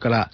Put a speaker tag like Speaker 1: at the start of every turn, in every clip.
Speaker 1: から、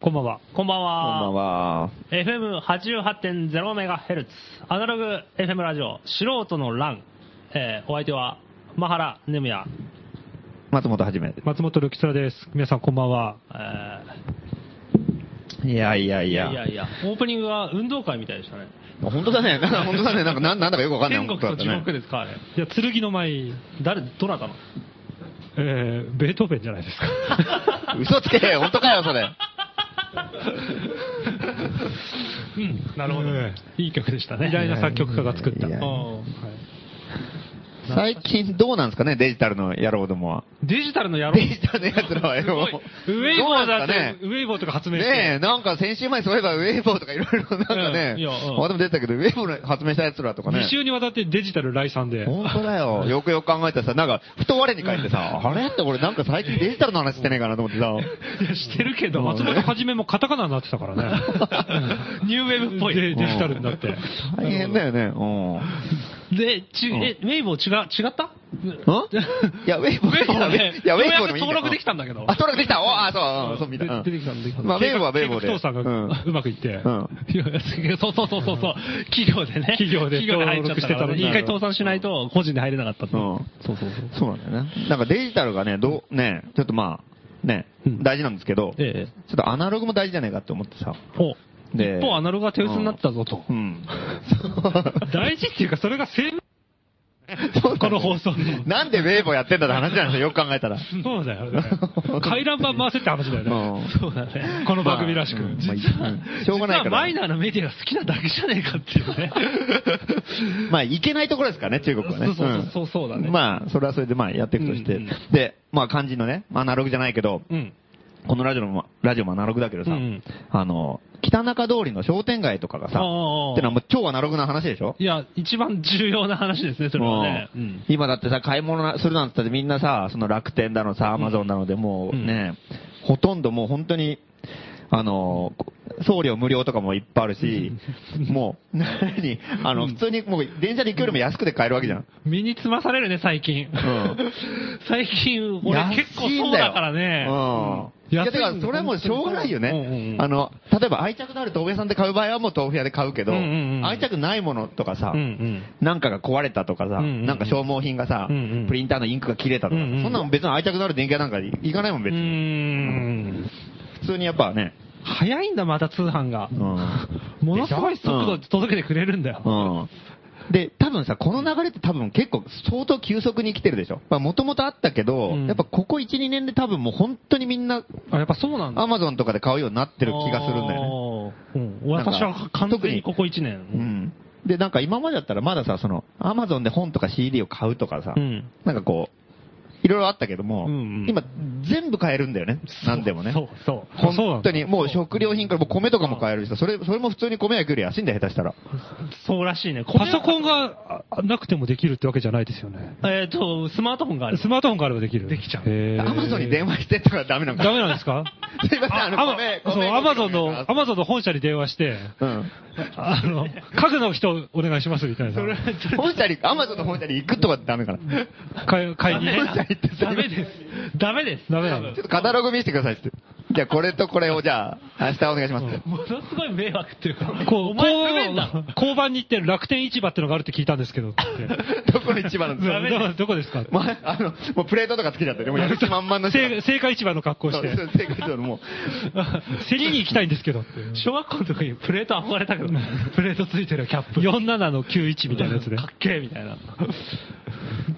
Speaker 2: こんばんは。こ
Speaker 3: こん
Speaker 2: んばん
Speaker 3: ばん
Speaker 2: は。
Speaker 3: は。
Speaker 2: FM88.0 メガヘルツ。アナログ FM ラジオ、素人の欄。えー、お相手は、マハラ、ネムヤ、
Speaker 3: 松本はじめ。
Speaker 4: 松本力らです。皆さんこんばんは。
Speaker 2: え
Speaker 3: いやいやい
Speaker 2: ー、い
Speaker 3: や。
Speaker 2: やいや、オープニングは運動会みたいでしたね。
Speaker 3: 本当だね。なん か本当だね。なんか、なんなんだかよくわかんない。
Speaker 2: 天国と地
Speaker 3: 本当
Speaker 2: 獄
Speaker 3: だっ
Speaker 2: ですか、あれ。
Speaker 4: いや、剣の舞、
Speaker 2: 誰、どなたの
Speaker 4: えー、ベートーベンじゃないですか。
Speaker 3: たね嘘つけ。本当かよ、それ。
Speaker 2: うん、なるほど。
Speaker 4: えーいい曲でしたね。偉大な作曲家が作った。
Speaker 3: いやいや
Speaker 2: うん
Speaker 3: 最近どうなんですかね、デジタルの野郎どもは。
Speaker 2: デジタルの野郎
Speaker 3: デジタルのやつらはよ。
Speaker 4: ウェイボーだっ
Speaker 3: どうなん
Speaker 4: て
Speaker 3: で、すか
Speaker 4: ウ
Speaker 3: ね。
Speaker 4: ェイボーとか発明して。
Speaker 3: ねえ、なんか先週前そういえばウェイボーとかいろいろなんかね
Speaker 2: うんいやうん、
Speaker 3: までも出てたけど、ウェイボーの発明したやつらとかね
Speaker 4: 2。週にわたってデジタル来産で。
Speaker 3: 本 当だよ。よくよく考えたらさ、なんか、ふと我に返ってさ、あれって俺なんか最近デジタルの話してねえかなと思ってさ。
Speaker 2: いやしてるけど、
Speaker 4: 松本はじめもカタカナになってたからね。
Speaker 2: ニューウェーブっぽい。
Speaker 4: でデジタルになって。
Speaker 3: 大変だよね。うん。
Speaker 2: で、ち、え、ウェイボー違う、違っ た
Speaker 3: んいや、ウェイボー
Speaker 2: ウェイボーね
Speaker 3: いや、ウェイボー
Speaker 2: ようやく
Speaker 3: もいい
Speaker 2: 登録できたんだけど
Speaker 3: あ、登録できたおあ、そううん、そう、みたいな。
Speaker 4: 出てきたんで。
Speaker 3: まあ、ウェイボーはウェイボーで。
Speaker 4: 計画倒産が
Speaker 3: うん
Speaker 4: うまくいって。
Speaker 3: うん。
Speaker 2: いやそうそうそうそうそう、企業でね。
Speaker 4: 企業で
Speaker 2: 企業で入っちゃっ
Speaker 4: 登録
Speaker 2: たから
Speaker 4: してたの
Speaker 2: ね。
Speaker 4: に
Speaker 2: 一回倒産しないと、個人で入れなかったって。
Speaker 3: うん
Speaker 2: そうそうそう。
Speaker 3: そうなんだよね。なんかデジタルがね、どう、ね、ちょっとまあ、ね
Speaker 2: う、ん
Speaker 3: 大事なんですけど、ちょ
Speaker 2: ええ。
Speaker 3: っとアナログも大事じゃないかって思ってさ。
Speaker 2: お、
Speaker 3: で
Speaker 2: 一方アナログが手薄になってたぞと。
Speaker 3: う ん。
Speaker 4: 大事っていうか、それが生命
Speaker 3: そう
Speaker 4: この放送の。
Speaker 3: なんでウェイボーやってんだって話じゃないですか、よく考えたら。
Speaker 4: そうだよね。回覧板回せって話だよね。
Speaker 3: うん
Speaker 2: そうだね。
Speaker 4: この番組らしく。
Speaker 3: まあうんまあ
Speaker 4: 実
Speaker 3: うんしょうがないか
Speaker 2: 実はマイ
Speaker 3: ら。
Speaker 2: ナーなメディアが好きなだけじゃねえかっていうね。
Speaker 3: まあ、いけないところですからね、中国はね。
Speaker 2: そうそうそうんそうだね
Speaker 3: まあ、それはそれでまあ、やっていくとして
Speaker 2: うんうん。
Speaker 3: で、まあ、漢字のね、アナログじゃないけど、
Speaker 2: うん。
Speaker 3: このラジオも、ラジオもアナログだけどさ、
Speaker 2: うんうん
Speaker 3: あの、北中通りの商店街とかがさ、
Speaker 2: ああ
Speaker 3: ってのはもう超アナログな話でしょ
Speaker 2: いや、一番重要な話ですね、それはね。
Speaker 3: うん今だってさ、買い物なするなんて言ったってみんなさ、その楽天だのさ、アマゾンだのでもうね、ほとんどもう本当に、あの、送料無料とかもいっぱいある し、もう、何あの、普通にもう電車で行くよりも安くて買えるわけじゃん。
Speaker 1: 身につまされるね、最近。
Speaker 3: ん
Speaker 1: 最近、俺結構そうだからね。
Speaker 3: うん。いや、だからそれはもうしょうがないよね。あの、例えば愛着のある豆腐屋さんで買う場合はもう豆腐屋で買うけど、
Speaker 2: うんうんうん
Speaker 3: 愛着ないものとかさ、
Speaker 2: うんうん
Speaker 3: なんかが壊れたとかさ、
Speaker 2: うんうん
Speaker 3: なんか消耗品がさ、
Speaker 2: うんうん
Speaker 3: プリンターのインクが切れたとか、
Speaker 2: うんうん
Speaker 3: そんなの別に愛着のある電気屋なんか行かないもん別
Speaker 2: うー
Speaker 3: に。
Speaker 2: ん。
Speaker 3: 普通にやっぱね、
Speaker 1: 早いんだ、また通販が
Speaker 3: う。ん。
Speaker 1: ものすごい速度で届けてくれるんだよ。
Speaker 3: うん。で、多分さ、この流れって多分結構相当急速に来てるでしょ。まあもともとあったけど、
Speaker 1: うん
Speaker 3: やっぱここ1、2年で多分もう本当にみんな、
Speaker 1: あ、やっぱそうなんだ。
Speaker 3: アマゾンとかで買うようになってる気がするんだよね。
Speaker 2: よね。うん、
Speaker 3: なんか
Speaker 2: 私は完全にここ1
Speaker 3: う
Speaker 2: 年。
Speaker 3: ん。で、なんか今までだったらまださ、その、アマゾンで本とか CD を買うとかさ、
Speaker 2: うん。
Speaker 3: なんかこう、いろいろあったけども、
Speaker 2: うんうん
Speaker 3: 今全部買えるんだよね。何でもね。
Speaker 2: そうそう。
Speaker 1: あそうな
Speaker 3: 本
Speaker 1: ん
Speaker 3: 当
Speaker 1: だ
Speaker 3: にもう食料品からもう米とかも買えるしさ、それ、それも普通に米屋行くより安いんだよ、下手したら。
Speaker 2: そうらしいね。
Speaker 1: パソコン
Speaker 2: ン
Speaker 1: があなくてもできるってわけじゃないですよね。
Speaker 2: えっと、スマートフォンがある。
Speaker 1: スマートフォンがあればできる。
Speaker 2: できちゃう
Speaker 1: へー
Speaker 3: アマゾンに電話してとかダメなのかな
Speaker 1: ダメなんですか
Speaker 3: すいません、 あの、
Speaker 1: あ
Speaker 3: 米、
Speaker 1: あそう、
Speaker 3: 米
Speaker 1: アマゾンの、ア
Speaker 3: 米
Speaker 1: マゾンの本社に電話して、
Speaker 3: うん。
Speaker 1: あの、家具の人お願いしますみたいな。
Speaker 3: 本社に、アマゾンの本社に行くとかダメかな。
Speaker 1: 買い、買いにね。
Speaker 3: 本社行ってさ
Speaker 2: ダメです。ダメです。
Speaker 1: ダメなんだ
Speaker 3: ちょっとカタログ見せてくださいって。じゃあ、これとこれを、じゃあ、明日お願いしますって。
Speaker 2: ものすごい迷惑っていうか、
Speaker 1: こう、
Speaker 2: お
Speaker 1: こ
Speaker 2: 前不便だ。
Speaker 1: う、交番に行って楽天市場ってのがあるって聞いたんですけどって。
Speaker 3: どこの一番なんです
Speaker 1: ど
Speaker 3: か
Speaker 2: メだ
Speaker 1: どどこですか
Speaker 3: まあ、あの、もうプレートとかつけちゃってね、もうやる気満々の 人
Speaker 1: せい青果市場の格好
Speaker 3: そ
Speaker 1: し
Speaker 3: う
Speaker 1: て
Speaker 3: そう。正解ですもう。
Speaker 1: 競りに行きたいんですけどって。
Speaker 2: 小学校の時にプレート憧れたけど、プレートついてるキャップ。
Speaker 1: 47の91みたいなやつで
Speaker 2: か。っけえみたいな。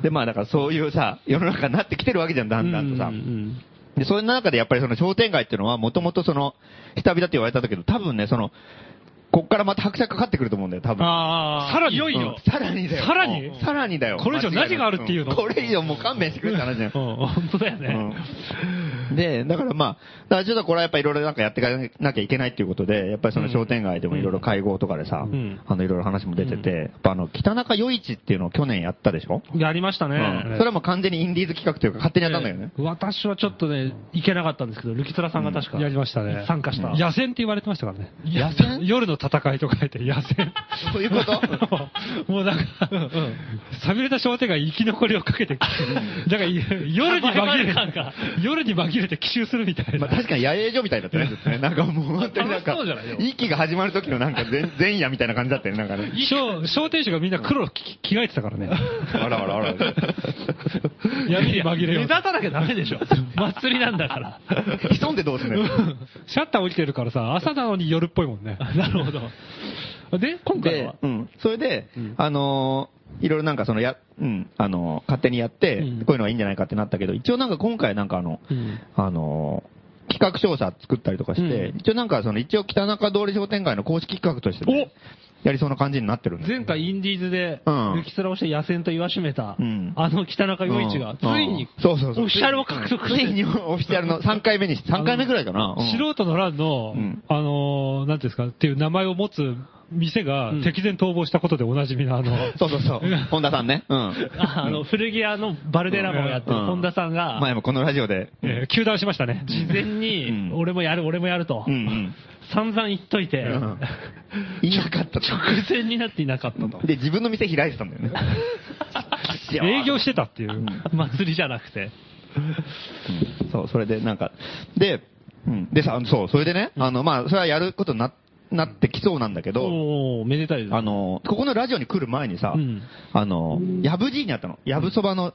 Speaker 3: で、まあ、だからそういうさ、世の中になってきてるわけじゃん、だんだんとさ
Speaker 2: うんう。ん
Speaker 3: で、そんな中でやっぱりその商店街っていうのは、もともとその、下火だって言われたんだけど、多分ね、その、こっからまた拍車かかってくると思うんだよ、多分。
Speaker 2: ああ、
Speaker 1: さらに
Speaker 2: いよい
Speaker 3: うん
Speaker 2: よ。
Speaker 3: さらにだよ。
Speaker 1: さらに
Speaker 3: うんさらにだよ。
Speaker 1: これ以上
Speaker 3: 間違
Speaker 1: 何
Speaker 3: な
Speaker 1: があるっていうの
Speaker 3: んこれ以上もう勘弁してくれって話じゃん
Speaker 2: う。ん、本当だよね。
Speaker 3: うん で、だからまあ、だからちょっとこれはやっぱいろいろなんかやっていかなきゃいけないっていうことで、やっぱりその商店街でもいろいろ会合とかでさ、
Speaker 2: うん
Speaker 3: あのいろいろ話も出てて、やっぱあの、北中余市っていうのを去年やったでしょ、
Speaker 2: やりましたね。
Speaker 3: うんそれはもう完全にインディーズ企画というか勝手にやったんだよね。
Speaker 2: ええ私はちょっとね、行けなかったんですけど、ルキツラさんが確か、
Speaker 1: やりましたね。
Speaker 2: 参加した。
Speaker 1: 野戦って言われてましたからね。
Speaker 3: 野戦
Speaker 1: 夜の戦いとか言って、野戦。
Speaker 3: そういう こと
Speaker 1: もうなんか、寂れた商店街生き残りをかけて、なんか夜
Speaker 2: サバ
Speaker 1: に紛
Speaker 2: イバル
Speaker 1: れ
Speaker 2: 感が、
Speaker 1: 夜に紛れて奇襲するみたい
Speaker 3: まあ
Speaker 1: な。
Speaker 3: 確かに野営所みたいだったね。ずっと ねなんかもう本当になんか
Speaker 2: 楽しそうじゃないよ、
Speaker 3: 一期が始まる時の なんか前前夜みたいな感じだったよね、なんかね。
Speaker 1: 商商店主がみんな黒き着替えてたからね。
Speaker 3: あらあらあ ら。
Speaker 1: 闇に紛れ
Speaker 2: 目
Speaker 1: よう
Speaker 2: 立
Speaker 1: と。
Speaker 2: たなきゃダメ でしょ。祭りなんだから。
Speaker 3: 潜んでどうすんのよ。
Speaker 1: シャッター降りてるからさ、朝なのに夜っぽいもんね。
Speaker 2: なるほど。で、今回は
Speaker 3: で、うん、それで、あのーいろいろなんかそのや、うん、あのー勝手にやって、
Speaker 2: うん
Speaker 3: こういうのがいいんじゃないかってなったけど、一応なんか今回なんかあの、
Speaker 2: うん
Speaker 3: あのー企画調査作ったりとかして、
Speaker 2: うん
Speaker 3: 一応なんかその、一応北中通り商店街の公式企画としてね、やりそうな感じになってるんで。
Speaker 2: 前回インディーズで
Speaker 3: うん、
Speaker 2: ルキツラをして野戦と言わしめた、
Speaker 3: うん
Speaker 2: あの北中陽一が、ついに、
Speaker 3: うんそうそうそう
Speaker 2: オフィシャルを獲得
Speaker 3: つ
Speaker 2: して
Speaker 3: いにオフィシャ ルの3回目に、3回目ぐらいかな。うん
Speaker 1: 素人の欄の、
Speaker 3: うん
Speaker 1: あのーなんていうんですか、っていう名前を持つ店が、
Speaker 2: ん
Speaker 1: 敵前逃亡したことでおなじみのあの、
Speaker 3: そうそうそう。本田さんね。うん。
Speaker 2: ああの、古着屋のバルデラモをやってる
Speaker 3: うん
Speaker 2: 本田さんが、
Speaker 3: 前もこのラジオで。
Speaker 1: えー、球団しましたね。
Speaker 2: 事前
Speaker 3: うん
Speaker 2: に、俺もやる、俺もやると
Speaker 3: うんうん、
Speaker 2: 散々言っといて、
Speaker 3: うんいなかったと。
Speaker 2: 偶然になっていなかったと。
Speaker 3: で、自分の店開いてたん だよね。
Speaker 1: 営業してたっていう。
Speaker 2: 祭りじゃなくて。
Speaker 3: うんそう、それでなんか、で、うん、でさ、そう、それでね、あの、まあ、それはやることにななってきそうなんだけど、
Speaker 2: おおめでたいです。
Speaker 3: あの、ここのラジオに来る前にさ、
Speaker 2: うん
Speaker 3: あの、やぶじいにあったの。やぶそばの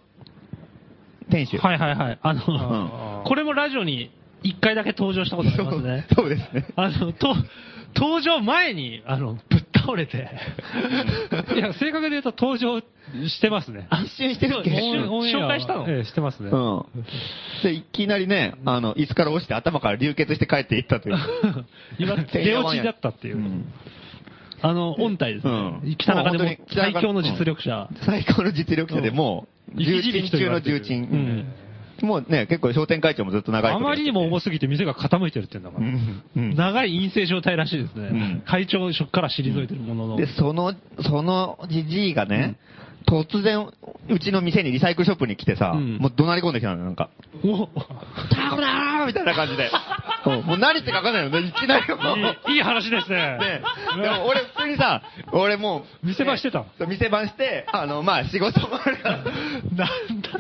Speaker 3: 店主。
Speaker 2: はいはいはい。あの、
Speaker 1: うん
Speaker 2: これもラジオに一回だけ登場したことありますね。
Speaker 3: そうですね。
Speaker 2: あの、と、登場前に、あの、ぶっ倒れて、
Speaker 1: いや、正確に言うと登場してますね。
Speaker 3: 一瞬してるっけ
Speaker 2: 一瞬
Speaker 1: オンエアは
Speaker 2: 紹介したの
Speaker 1: ええしてますね。
Speaker 3: うん。で、いきなりね、あの、椅子から落ちて頭から流血して帰っていったという。
Speaker 2: 今、
Speaker 1: 出落ちだったっていう。
Speaker 3: うん
Speaker 2: あの、音体です
Speaker 3: うん
Speaker 2: ね。北中で
Speaker 3: もう本
Speaker 2: も
Speaker 3: 当に北
Speaker 2: 最
Speaker 3: 中
Speaker 2: 強の実力者。
Speaker 3: 最高の実力者でもう、
Speaker 1: ん
Speaker 3: 重鎮中の重鎮。うんもうね、結構商店会長もずっと長いこ
Speaker 1: あ
Speaker 3: と
Speaker 1: まりにも重すぎて店が傾いてるっていうんだか
Speaker 3: う
Speaker 1: ら。
Speaker 3: んうん
Speaker 2: 長い陰性状態らしいです
Speaker 3: ん
Speaker 2: ね。会長職から退いてるものの。
Speaker 3: で、その、そのじじいがね、突然、うちの店にリサイクルショップに来てさ、
Speaker 2: うん
Speaker 3: もう怒鳴り込んできたのよ、なんか。
Speaker 2: お
Speaker 3: タコだーみたいな感じ で。うんもう何言ってか分かんないのね、いきなりもう。ね
Speaker 4: いいいい話ですね。
Speaker 3: でも俺普通にさ、俺もう、
Speaker 4: 見せ場してた。
Speaker 3: そう店番して、あの、まあ仕事もあるから、
Speaker 4: なんだ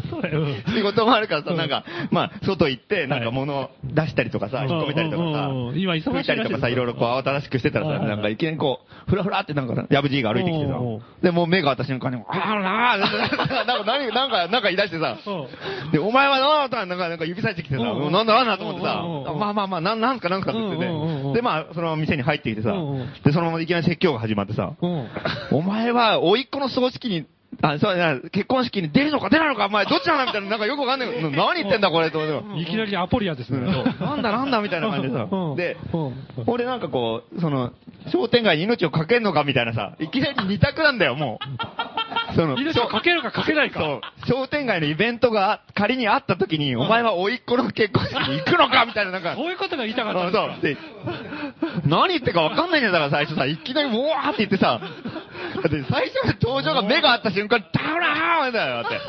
Speaker 4: それ。うん
Speaker 3: 仕事もあるからさ、なんか、まあ、外行って、なんか物を出したりとかさ、引っ込めたりとかさ
Speaker 4: うんうんうんうん、今忙しいらしい
Speaker 3: 拭いたりとかさ、いろいろこう慌ただしくしてたら
Speaker 4: はい
Speaker 3: さ、
Speaker 4: はい
Speaker 3: なんかいきなりこう、ふらふらってなんか、やぶじいが歩いてきてさ
Speaker 4: おうおう、
Speaker 3: で、もう目が合った瞬間に、あーらーなんか、何なんか、なんか言い出してさ
Speaker 4: おう、
Speaker 3: で、お前はなーとか、なんか、なんか指さしてきてさ、
Speaker 4: おうおう
Speaker 3: もうなんだなんだと思ってさ、
Speaker 4: おうおうおう
Speaker 3: まあまあまあ、なんなんすかなんすかって言って
Speaker 4: うんうんうんうん
Speaker 3: て、で、まあ、そのまま店に入ってきてさ
Speaker 4: うんうん、
Speaker 3: で、そのままいきなり説教が始まってさ、
Speaker 4: うん。
Speaker 3: お前は、甥っ子の葬式に、あ、そうだな、結婚式に出るのか出ないのか、お前どっちなんだみたいな、なんかよくわか んないけど、な何言ってんだこれ、と思って。
Speaker 4: いきなりアポリアですね。
Speaker 3: なんだなんだみたいな感じでさ
Speaker 4: うん。
Speaker 3: で
Speaker 4: うん、
Speaker 3: 俺なんかこう、その、商店街に命をかけんのかみたいなさ、いきなり二択なんだよ、もう。その、
Speaker 4: 命をかけるかかけない
Speaker 3: そう
Speaker 4: か。、
Speaker 3: 商店街のイベントが仮にあった時に、お前は甥っ子の結婚式に行くのかみたいな、なんか
Speaker 4: そ。ういうことが言いたかったん
Speaker 3: あ
Speaker 4: です
Speaker 3: そ
Speaker 4: か
Speaker 3: う。で、何言ってか分かんないんだから最初さ、いきなりもうわーって言ってさ、で、最初の登場が目が合った瞬間、ダラーンだよ、って。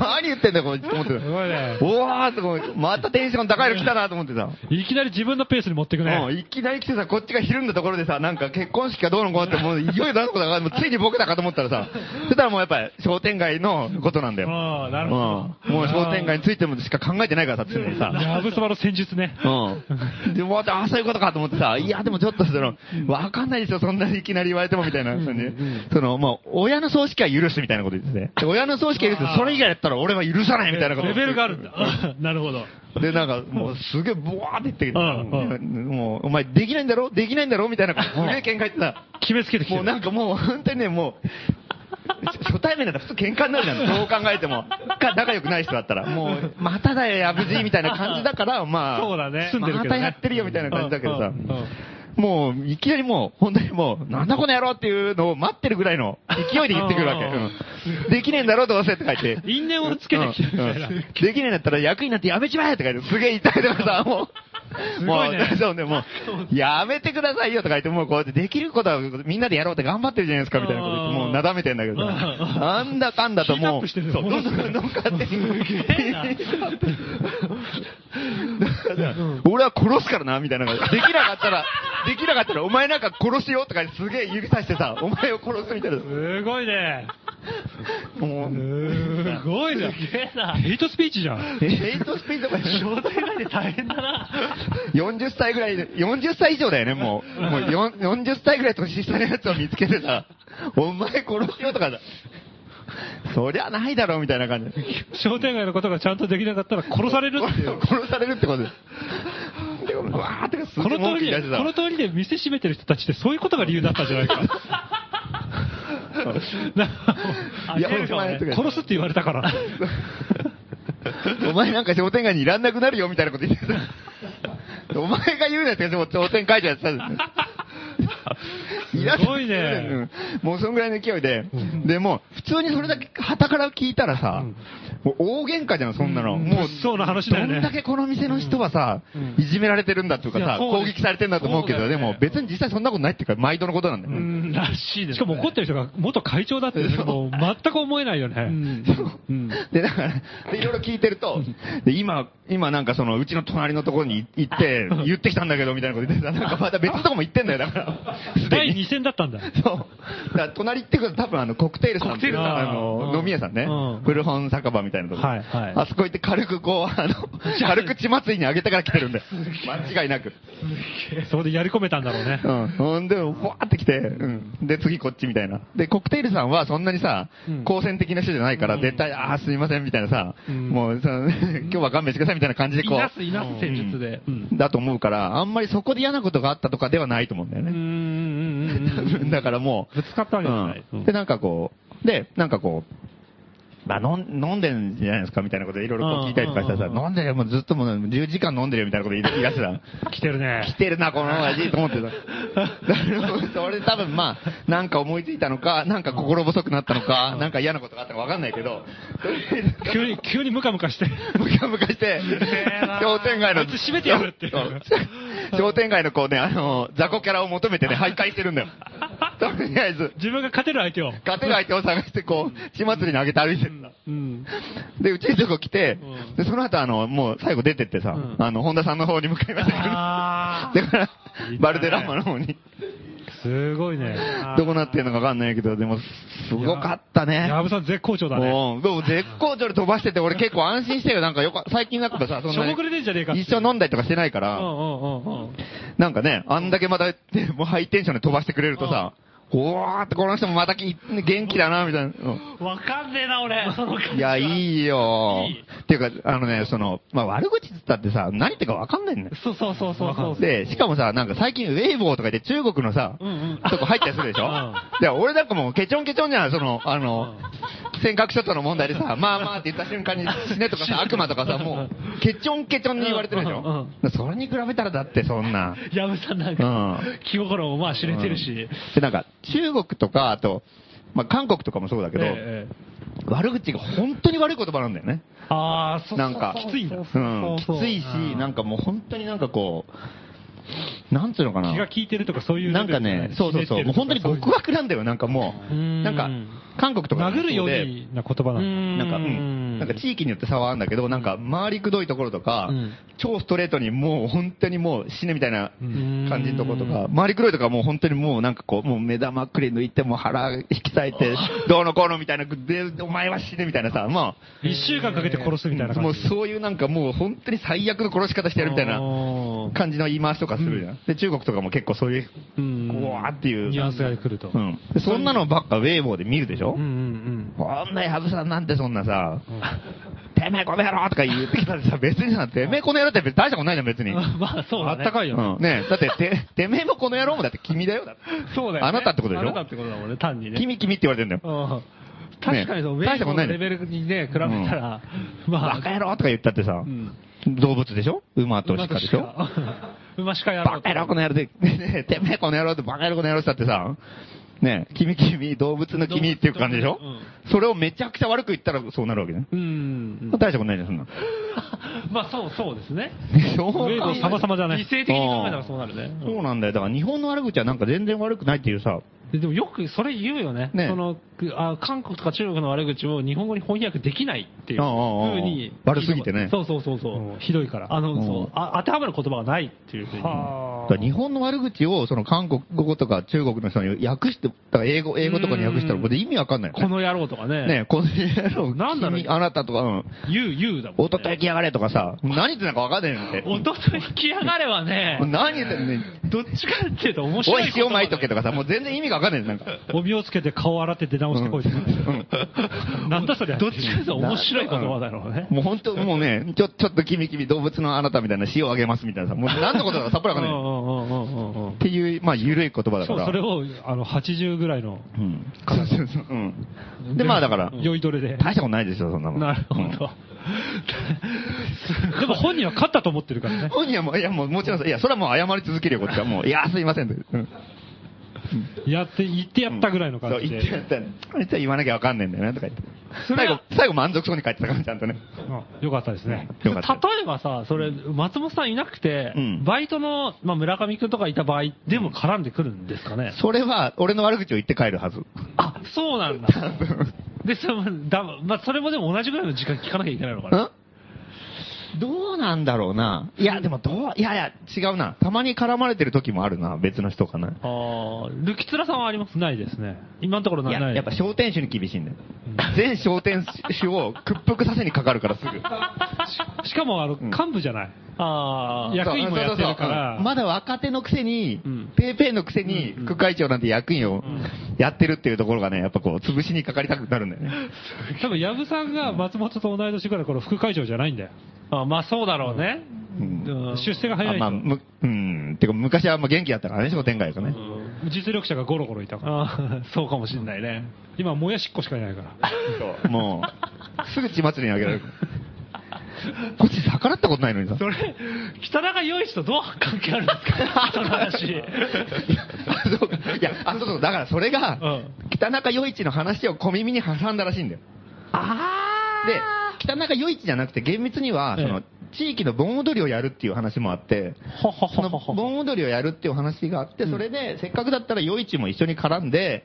Speaker 3: 何言ってんだよ、この人と思って
Speaker 4: すごいね
Speaker 3: た。おわーってこう、またテンション高いの来たなと思ってさ。
Speaker 4: いきなり自分のペースに持っていく
Speaker 3: もう
Speaker 4: ね。
Speaker 3: ん、いきなり来てさ、こっちがひるんだところでさ、なんか結婚式かどうのこうのって、もういよいよだのことだから、もうついに僕だかと思ったらさ、そしたらもうやっぱり商店街のことなんだよ。
Speaker 4: ああ、な
Speaker 3: う
Speaker 4: る
Speaker 3: ん、
Speaker 4: ほ
Speaker 3: もう商店街についてもしか考えてないからさ、常にさ。
Speaker 4: ど。やぶそばの戦術ね。
Speaker 3: うん。で、もう、あ、そういうことかと思ってさ、いや、でもちょっとその、わかんないですよ、そんないきなり言われてもみたいな。そのねその、まあ、親の葬式は許すみたいなこと言ってて。で親の葬式は
Speaker 4: あ
Speaker 3: 許す。
Speaker 4: ー
Speaker 3: それ以外だったら俺は許さないみたいなこと。
Speaker 4: レベルがあるんだ。なるほど。
Speaker 3: で、なんか、もうすげえ、ブワーって言ってきて、
Speaker 4: う
Speaker 3: もう、お前、できないんだろできないんだろみたいな、すげえ喧嘩言ってた。
Speaker 4: 決めつけてきて
Speaker 3: もう
Speaker 4: る。
Speaker 3: なんかもう、本当にね、もう、初対面だったら普通喧嘩になるじゃん。 どう考えても。か仲良くない人だったら。もう、 まただよ、やぶじいみたいな感じだから、まあ。
Speaker 4: そうだね
Speaker 3: 住んでるけどねまたやってるよみたいな感じだけどさ。もう、いきなりもう、本当にもう、なんだこの野郎っていうのを待ってるぐらいの勢いで言ってくるわけ。
Speaker 4: うん
Speaker 3: うんできねえんだろ、どうせって書いて。
Speaker 4: 因縁をつけてきてるみたいな
Speaker 3: うんうんできねえんだったら役になってやめちまえって書いて、すげえ痛いとかさ、もう。
Speaker 4: すごいね
Speaker 3: もうそうね、もう、やめてくださいよとか言って、もうこうやってできることはみんなでやろうって頑張ってるじゃないですかみたいなこと言って、もうなだめてんだけどさ、
Speaker 4: うん
Speaker 3: なんだかんだともう、
Speaker 4: ヒート
Speaker 3: そ
Speaker 4: アッ
Speaker 3: う、
Speaker 4: プ
Speaker 3: どん
Speaker 4: して
Speaker 3: ど
Speaker 4: る
Speaker 3: んどんどん勝 手に
Speaker 4: げえな
Speaker 3: 俺は殺すからな、みたいな感じで。できなかったら、できなかったら、お前なんか殺しよとかすげえ指さしてさ、お前を殺すみたいな。
Speaker 4: すごいね。
Speaker 3: もう、
Speaker 4: すごいね。ヘイトスピーチじゃん。
Speaker 3: ヘイトスピードが
Speaker 2: 商店街で大変だな。
Speaker 3: 40歳ぐらいで、40歳以上だよね、もう。もうよん40歳ぐらい年下のやつを見つけてさ、お前殺しよとかだ。そりゃないだろ、みたいな感じで。
Speaker 4: 商店街のことがちゃんとできなかったら殺される っていう。
Speaker 3: 殺されるってことです。で、わーってす
Speaker 4: こ
Speaker 3: げえ
Speaker 4: の
Speaker 3: 文
Speaker 4: 通
Speaker 3: 句
Speaker 4: り
Speaker 3: 言い
Speaker 4: で、
Speaker 3: 出
Speaker 4: こ
Speaker 3: してさ
Speaker 4: の通りで店閉めてる人たちってそういうことが理由だったんじゃないか。
Speaker 2: あ
Speaker 3: いや
Speaker 2: 出るよね
Speaker 3: お前とか
Speaker 4: 殺すって言われたから。
Speaker 3: お前なんか商店街にいらんなくなるよみたいなこと言ってた。お前が言うなって、商店会長やってたんですよ。
Speaker 4: すごいね
Speaker 3: うんもうそんぐらいの勢いで。で、もう普通にそれだけ旗から聞いたらさ、もう大喧嘩じゃん、そんなの。もう、
Speaker 4: そうな話だ
Speaker 3: ど
Speaker 4: よね。
Speaker 3: んだけこの店の人はさ
Speaker 4: うん、
Speaker 3: いじめられてるんだとか
Speaker 4: いや
Speaker 3: さ、
Speaker 4: そう
Speaker 3: 攻
Speaker 4: です
Speaker 3: 撃されてるんだと思うけ
Speaker 4: そ
Speaker 3: ど、
Speaker 4: うだよ
Speaker 3: で
Speaker 4: ね
Speaker 3: も別に実際そんなことないっていうか、毎度のことなんだよ。
Speaker 2: うんらしいです
Speaker 4: しか
Speaker 2: ね。
Speaker 4: も怒ってる人が元会長だっていうのがもう全く思えないよね。うん
Speaker 3: で、だから、で、いろいろ聞いてると、で、今、今なんかその、うちの隣のところに行 って、言ってきたんだけど、みたいなこと言ってた。なんかまた別のとこも行ってんだよ、だから。すで
Speaker 4: 第
Speaker 3: に。
Speaker 4: 2戦だったんだ。
Speaker 3: そう。だから隣行ってくると多分あの、コクテールさんっていう
Speaker 4: コクテールさん
Speaker 3: あの、
Speaker 4: うん
Speaker 3: 飲み屋さんね
Speaker 4: うん。
Speaker 3: 古本酒場みたいなとこ。
Speaker 4: はいはい
Speaker 3: あそこ行って軽く こう、あの、軽く血祭りにあげてから来てるんだよ。間違いなく。
Speaker 4: そこでやり込めたんだろうね。
Speaker 3: うん。ほんで、ふわーって来て、うん。で、次こっちみたいな。で、コクテールさんはそんなにさ
Speaker 4: うん、
Speaker 3: 好戦的な人じゃないから、絶対、ああ、すいません、みたいなさ、
Speaker 4: うん
Speaker 3: もう、その 今日は勘弁してください、みたいな感じでこ
Speaker 2: いなす
Speaker 3: う、
Speaker 2: いなす戦術で。うん
Speaker 3: だと思うから、あんまりそこで嫌なことがあったとかではないと思うんだよ
Speaker 2: うん
Speaker 3: ね。
Speaker 2: うんうんうんう ん
Speaker 3: だからもう、
Speaker 4: ぶつかったわけじゃない。
Speaker 3: うんで、なんかこう、で、なんかこう、まあ、飲ん飲んでるんじゃないですかみたいなこといろいろこう聞いたりとかしたらさ、
Speaker 2: うんうんうん
Speaker 3: 飲んでるよ、もうずっともう10時間飲んでるよみたいなこと言い言い出してた。
Speaker 4: 来てる
Speaker 3: 来
Speaker 4: ね。
Speaker 3: てるな、この味と思っ てた。だからそれで多分まあ、なんか思いついたのか、なんか心細くなったのか、なんか嫌なことがあったのかわかんないけど、とりあえず
Speaker 4: 急に、急にムカムカして。
Speaker 3: ムカムカして
Speaker 4: えな、
Speaker 3: 商店街の、
Speaker 4: あいつ閉めてやるって
Speaker 3: そう商店街のこうね、あの、雑魚キャラを求めてね、徘徊してるんだよ。とりあえず、
Speaker 4: 自分が勝てる相手を。
Speaker 3: 勝てる相手を探して、こう、血祭りに上げて歩いてるんだ。
Speaker 4: うん。
Speaker 3: で、うちのとこ来て
Speaker 4: うん、
Speaker 3: で、その後、あの、もう最後出てってさ、
Speaker 4: ん
Speaker 3: あの、本田さんの方に向かいましたけど
Speaker 4: あ
Speaker 3: だから
Speaker 4: いいね、
Speaker 3: バルデラマの方に、
Speaker 4: ーすごいね。
Speaker 3: どこなってるのかわかんないけど、でも、すごかったね。
Speaker 4: 矢部さん絶好調だね。
Speaker 3: もう、でも絶好調で飛ばしてて、俺結構安心してよ。なんかよか、最近だったらさ、そん
Speaker 4: しょ
Speaker 3: な
Speaker 4: ぼくれてんじゃねえかっていう
Speaker 3: 一緒飲んだりとかしてないか
Speaker 4: うんうん
Speaker 3: ら、
Speaker 4: うんうん。
Speaker 3: なんかね、あんだけまた、でもうハイテンションで飛ばしてくれるとさ、おわーってこの人もまたき元気だな、みたいなうん。
Speaker 2: わかんねえな、俺。その感じは。
Speaker 3: いや、
Speaker 2: い。
Speaker 3: いいよ
Speaker 2: いい
Speaker 3: っていうか、あのね、その、まあ、悪口って言ったってさ、何言ってるかわかんないんだよ。
Speaker 2: そうそうそうそうそう。
Speaker 3: で、しかもさ、なんか最近ウェイボーとかで中国のさ、
Speaker 4: うんうん。
Speaker 3: とこ入ったりするでし
Speaker 4: う
Speaker 3: ょ
Speaker 4: ん
Speaker 3: で、俺なんかもうケチョンケチョンじゃん、その、あの、尖閣諸島の問題でさ、まあまあって言った瞬間に死ねと かさ、悪魔とかさ、もう、ケチョンケチョンに言われてるでし
Speaker 4: うんうんう
Speaker 3: ょ
Speaker 4: ん
Speaker 3: それに比べたらだってそん な。
Speaker 2: 矢部さんなん
Speaker 3: う
Speaker 2: か
Speaker 3: ん、
Speaker 2: 気心もまあ知れてる
Speaker 3: う
Speaker 2: し
Speaker 3: ん。で、なんか、中国とか、あと、まあ韓国とかもそうだけど、
Speaker 4: ええ
Speaker 3: 悪口が本当に悪い言葉なんだよね。
Speaker 4: ああ、そう
Speaker 3: なんか、
Speaker 4: きついんだ。
Speaker 3: う
Speaker 4: 気
Speaker 3: ん、きついし、なんかもう本当になんかこう、なんつうのかな。
Speaker 4: が利いてるとかそういうレベ
Speaker 3: なん
Speaker 4: ルじ
Speaker 3: か
Speaker 4: ゃい。
Speaker 3: ね、そうそうそう、もう本当に極悪なんだよ、なんかもう。
Speaker 4: ん
Speaker 3: なんか、韓国とか
Speaker 4: 殴るよう
Speaker 3: で
Speaker 4: にな言葉な
Speaker 2: うん
Speaker 4: だ。
Speaker 3: な
Speaker 2: ん。
Speaker 3: んか、うん。なんか地域によって差はあるんだけど、なんか、周りくどいところとか、
Speaker 4: うん
Speaker 3: 超ストレートにもう本当にもう死ねみたいな
Speaker 4: うん
Speaker 3: 感じのところとか、周りくどいとかもう本当にもうなんかこう、もう目玉くり抜いて、もう腹引き裂い て、どうのこうのみたいな、で、お前は死ねみたいなさ、まあ、
Speaker 4: 一週間かけて殺すみたいな
Speaker 3: も
Speaker 4: 感
Speaker 3: う
Speaker 4: じ。
Speaker 3: そういうなんかもう本当に最悪の殺し方してやるみたいな
Speaker 4: あー
Speaker 3: 感じの言い回しとかするじゃん。で、中国とかも結構そういう、
Speaker 4: うん
Speaker 3: うわーっていう。
Speaker 4: ニュアンスが来ると。
Speaker 3: うん。でそんなのばっかウェイボーで見るでしょ、
Speaker 4: うんうん
Speaker 3: あんな矢部さんなんてそんなさ、てめえこの野郎とか言ってきたらさ、 別にさ、てめえこの野郎って別に大したことないじゃん、別に。う
Speaker 2: まあそう
Speaker 4: あ
Speaker 2: だ
Speaker 4: っ
Speaker 2: ね。
Speaker 4: たかいよね。
Speaker 3: ん。ねえだって、て、てめえもこの野郎もだって君だよ、だって。
Speaker 2: そうだよね。
Speaker 3: あなたってことでしょ
Speaker 2: あなたってことだもんね、単にね。
Speaker 3: 君君って言われてんだよ。
Speaker 2: うん確かにその、ウ
Speaker 3: ね
Speaker 2: ェ
Speaker 3: 大
Speaker 2: イ
Speaker 3: したこ
Speaker 2: ブ
Speaker 3: と
Speaker 2: の
Speaker 3: ないね
Speaker 2: レベルにね、比べたら、
Speaker 3: バ
Speaker 2: ま
Speaker 3: カ
Speaker 2: あ、
Speaker 3: 野郎とか言ったってさ、
Speaker 2: ん
Speaker 3: 動物でしょ馬と
Speaker 2: 馬
Speaker 3: 鹿
Speaker 2: と
Speaker 3: でしょ
Speaker 2: 鹿馬しかやろ
Speaker 3: バカ野郎この野郎で、 ねえてめえこの野郎ってバカ野郎この野郎って言ったってさ、ねえ君君、動物の君っていう感じでしょ、
Speaker 2: う
Speaker 3: それをめちゃくちゃ悪く言ったらそうなるわけね。
Speaker 2: うん。
Speaker 3: 大したことないじゃん、そんな。
Speaker 2: まあそうそうですね。
Speaker 3: でしょ
Speaker 4: ウェイボー様々だね
Speaker 2: 理。性的に考えたらそうなるね。
Speaker 3: そうなんだよ。だから日本の悪口はなんか全然悪くないっていうさ、
Speaker 2: ででもよくそれ言うよね。
Speaker 3: ね
Speaker 2: そのくあ韓国とか中国の悪口を日本語に翻訳できないっていう
Speaker 3: ああああああ
Speaker 2: 風に。
Speaker 3: 悪すぎてね
Speaker 2: そうそうそうそう。
Speaker 4: うんひどいから。
Speaker 2: あの、
Speaker 3: うん
Speaker 2: そうあ、当てはまる言葉がないっていうふうに。
Speaker 4: は
Speaker 3: だ
Speaker 4: ー
Speaker 3: から日本の悪口をその韓国語とか中国の人に訳して、だから英語、英語とかに訳したら
Speaker 2: うん
Speaker 3: 僕意味わかんないよ
Speaker 2: こ
Speaker 3: ね。
Speaker 2: の野郎とかね。
Speaker 3: ねこの野郎、
Speaker 2: なんだろう
Speaker 3: 君あなたとか、うん。
Speaker 2: 言う、言うだもん、ね。
Speaker 3: おととい来やがれとかさ、何言ってんのかわかんないよって。
Speaker 2: おととい来やがれはね、
Speaker 3: 何言ってんのね。
Speaker 2: どっ ちかっていうと面
Speaker 3: お
Speaker 2: 白い
Speaker 3: い
Speaker 2: 言葉だね。
Speaker 3: 塩まいとけとかさ、もう全然意味がわかんないよなんか。
Speaker 4: 帯をつけて顔洗って出直してこいとか
Speaker 3: うん
Speaker 4: なんだそりゃ。
Speaker 2: どっちかっていうと面白い言葉だろうね。
Speaker 3: もう本当、もうね、ちょ、ちょっと君君動物のあなたみたいな塩あげますみたいなさ、もう何のことだかさっぱりわ
Speaker 2: うん
Speaker 3: か
Speaker 2: うん
Speaker 3: ないよ。
Speaker 2: んうんうんうんうん
Speaker 3: っていう、まあ、緩い言葉だ
Speaker 4: そ
Speaker 3: か
Speaker 4: う
Speaker 3: ら。
Speaker 4: それを、あの、80ぐらいの、
Speaker 3: うん。そうそうそう。うん。で、まあだから、
Speaker 4: 酔いどれで。
Speaker 3: 大したことないですよ、そんなもん。
Speaker 2: なるほ
Speaker 3: うん
Speaker 2: ど。
Speaker 4: でも本人は勝ったと思ってるからね。
Speaker 3: 本人はもう、いや、もう、もちろん、いや、それはもう謝り続けるよ、こっちは。もう、いや、すいませんって。うん。
Speaker 4: やって、言ってやったぐらいの感
Speaker 3: そう
Speaker 4: じ
Speaker 3: 言ってや
Speaker 4: で。
Speaker 3: ったら、あいつは言わなきゃわかんねえんだよね、とか言って。
Speaker 4: それ
Speaker 3: 最
Speaker 4: は
Speaker 3: 後、最後満足そうに帰ってたから、ちゃんとね。
Speaker 4: うんよかったですね。
Speaker 3: よかった。
Speaker 2: 例えばさ、それ、松本さんいなくて、
Speaker 3: うん
Speaker 2: バイトの、まあ、村上くんとかいた場合でも絡んでくるんですかね。
Speaker 3: それは、俺の悪口を言って帰るはず。
Speaker 2: あ、そうなんだ。で、そのだまあ、それもでも同じぐらいの時間聞かなきゃいけないのかな。
Speaker 3: んどうなんだろうな。いや、でもどう、いやいや、違うな。たまに絡まれてる時もあるな、別の人かな。
Speaker 2: ああ、ルキツラさんはあります
Speaker 4: ないですね。
Speaker 2: 今のところ
Speaker 3: い
Speaker 2: ない。な
Speaker 3: や、
Speaker 2: い
Speaker 3: やっぱ商店主に厳しいんだよ。全商店主を屈服させにかかるからすぐ。
Speaker 4: しかも、あの、幹部じゃない。
Speaker 2: ああ、
Speaker 4: いや役員もやってるから
Speaker 3: そうそうそううんまだ若手のくせに
Speaker 2: うん、
Speaker 3: ペーペーのくせに、副会長なんて役員をやってるっていうところがね、やっぱこう、潰しにかかりたくなるんだよね。
Speaker 4: 多分、藪さんが松本と同い年ぐらい、この副会長じゃないんだよ。
Speaker 2: あまあそうだろうね。
Speaker 3: うん
Speaker 2: うん
Speaker 4: 出世が
Speaker 3: あ
Speaker 4: 早い
Speaker 3: まあ、
Speaker 4: と。
Speaker 3: むうん、てか昔はあんま元気だったからね、商店街がね。
Speaker 4: 実力者がゴロゴロいたから。
Speaker 2: あ ーそうかもしんないね。
Speaker 4: 今、もやしっこしかいないから。
Speaker 3: そうもう、すぐ血祭りにあげられる。こっち逆らったことないのにさ。
Speaker 2: それ、北中洋一とどう関係あるんですかそ の話。
Speaker 3: あ そうかいや、あ、そうそう、だからそれが、
Speaker 2: うん
Speaker 3: 北中余一の話を小耳に挟んだらしいんだよ。
Speaker 2: あ
Speaker 3: で、北中余一じゃなくて厳密には、その
Speaker 2: え、
Speaker 3: 地域の盆踊りをやるっていう話もあって、
Speaker 2: はは
Speaker 3: そ
Speaker 2: は
Speaker 3: の
Speaker 2: はは。
Speaker 3: 盆踊りをやるっていう話があって、それで、せっかくだったら夜市も一緒に絡んで、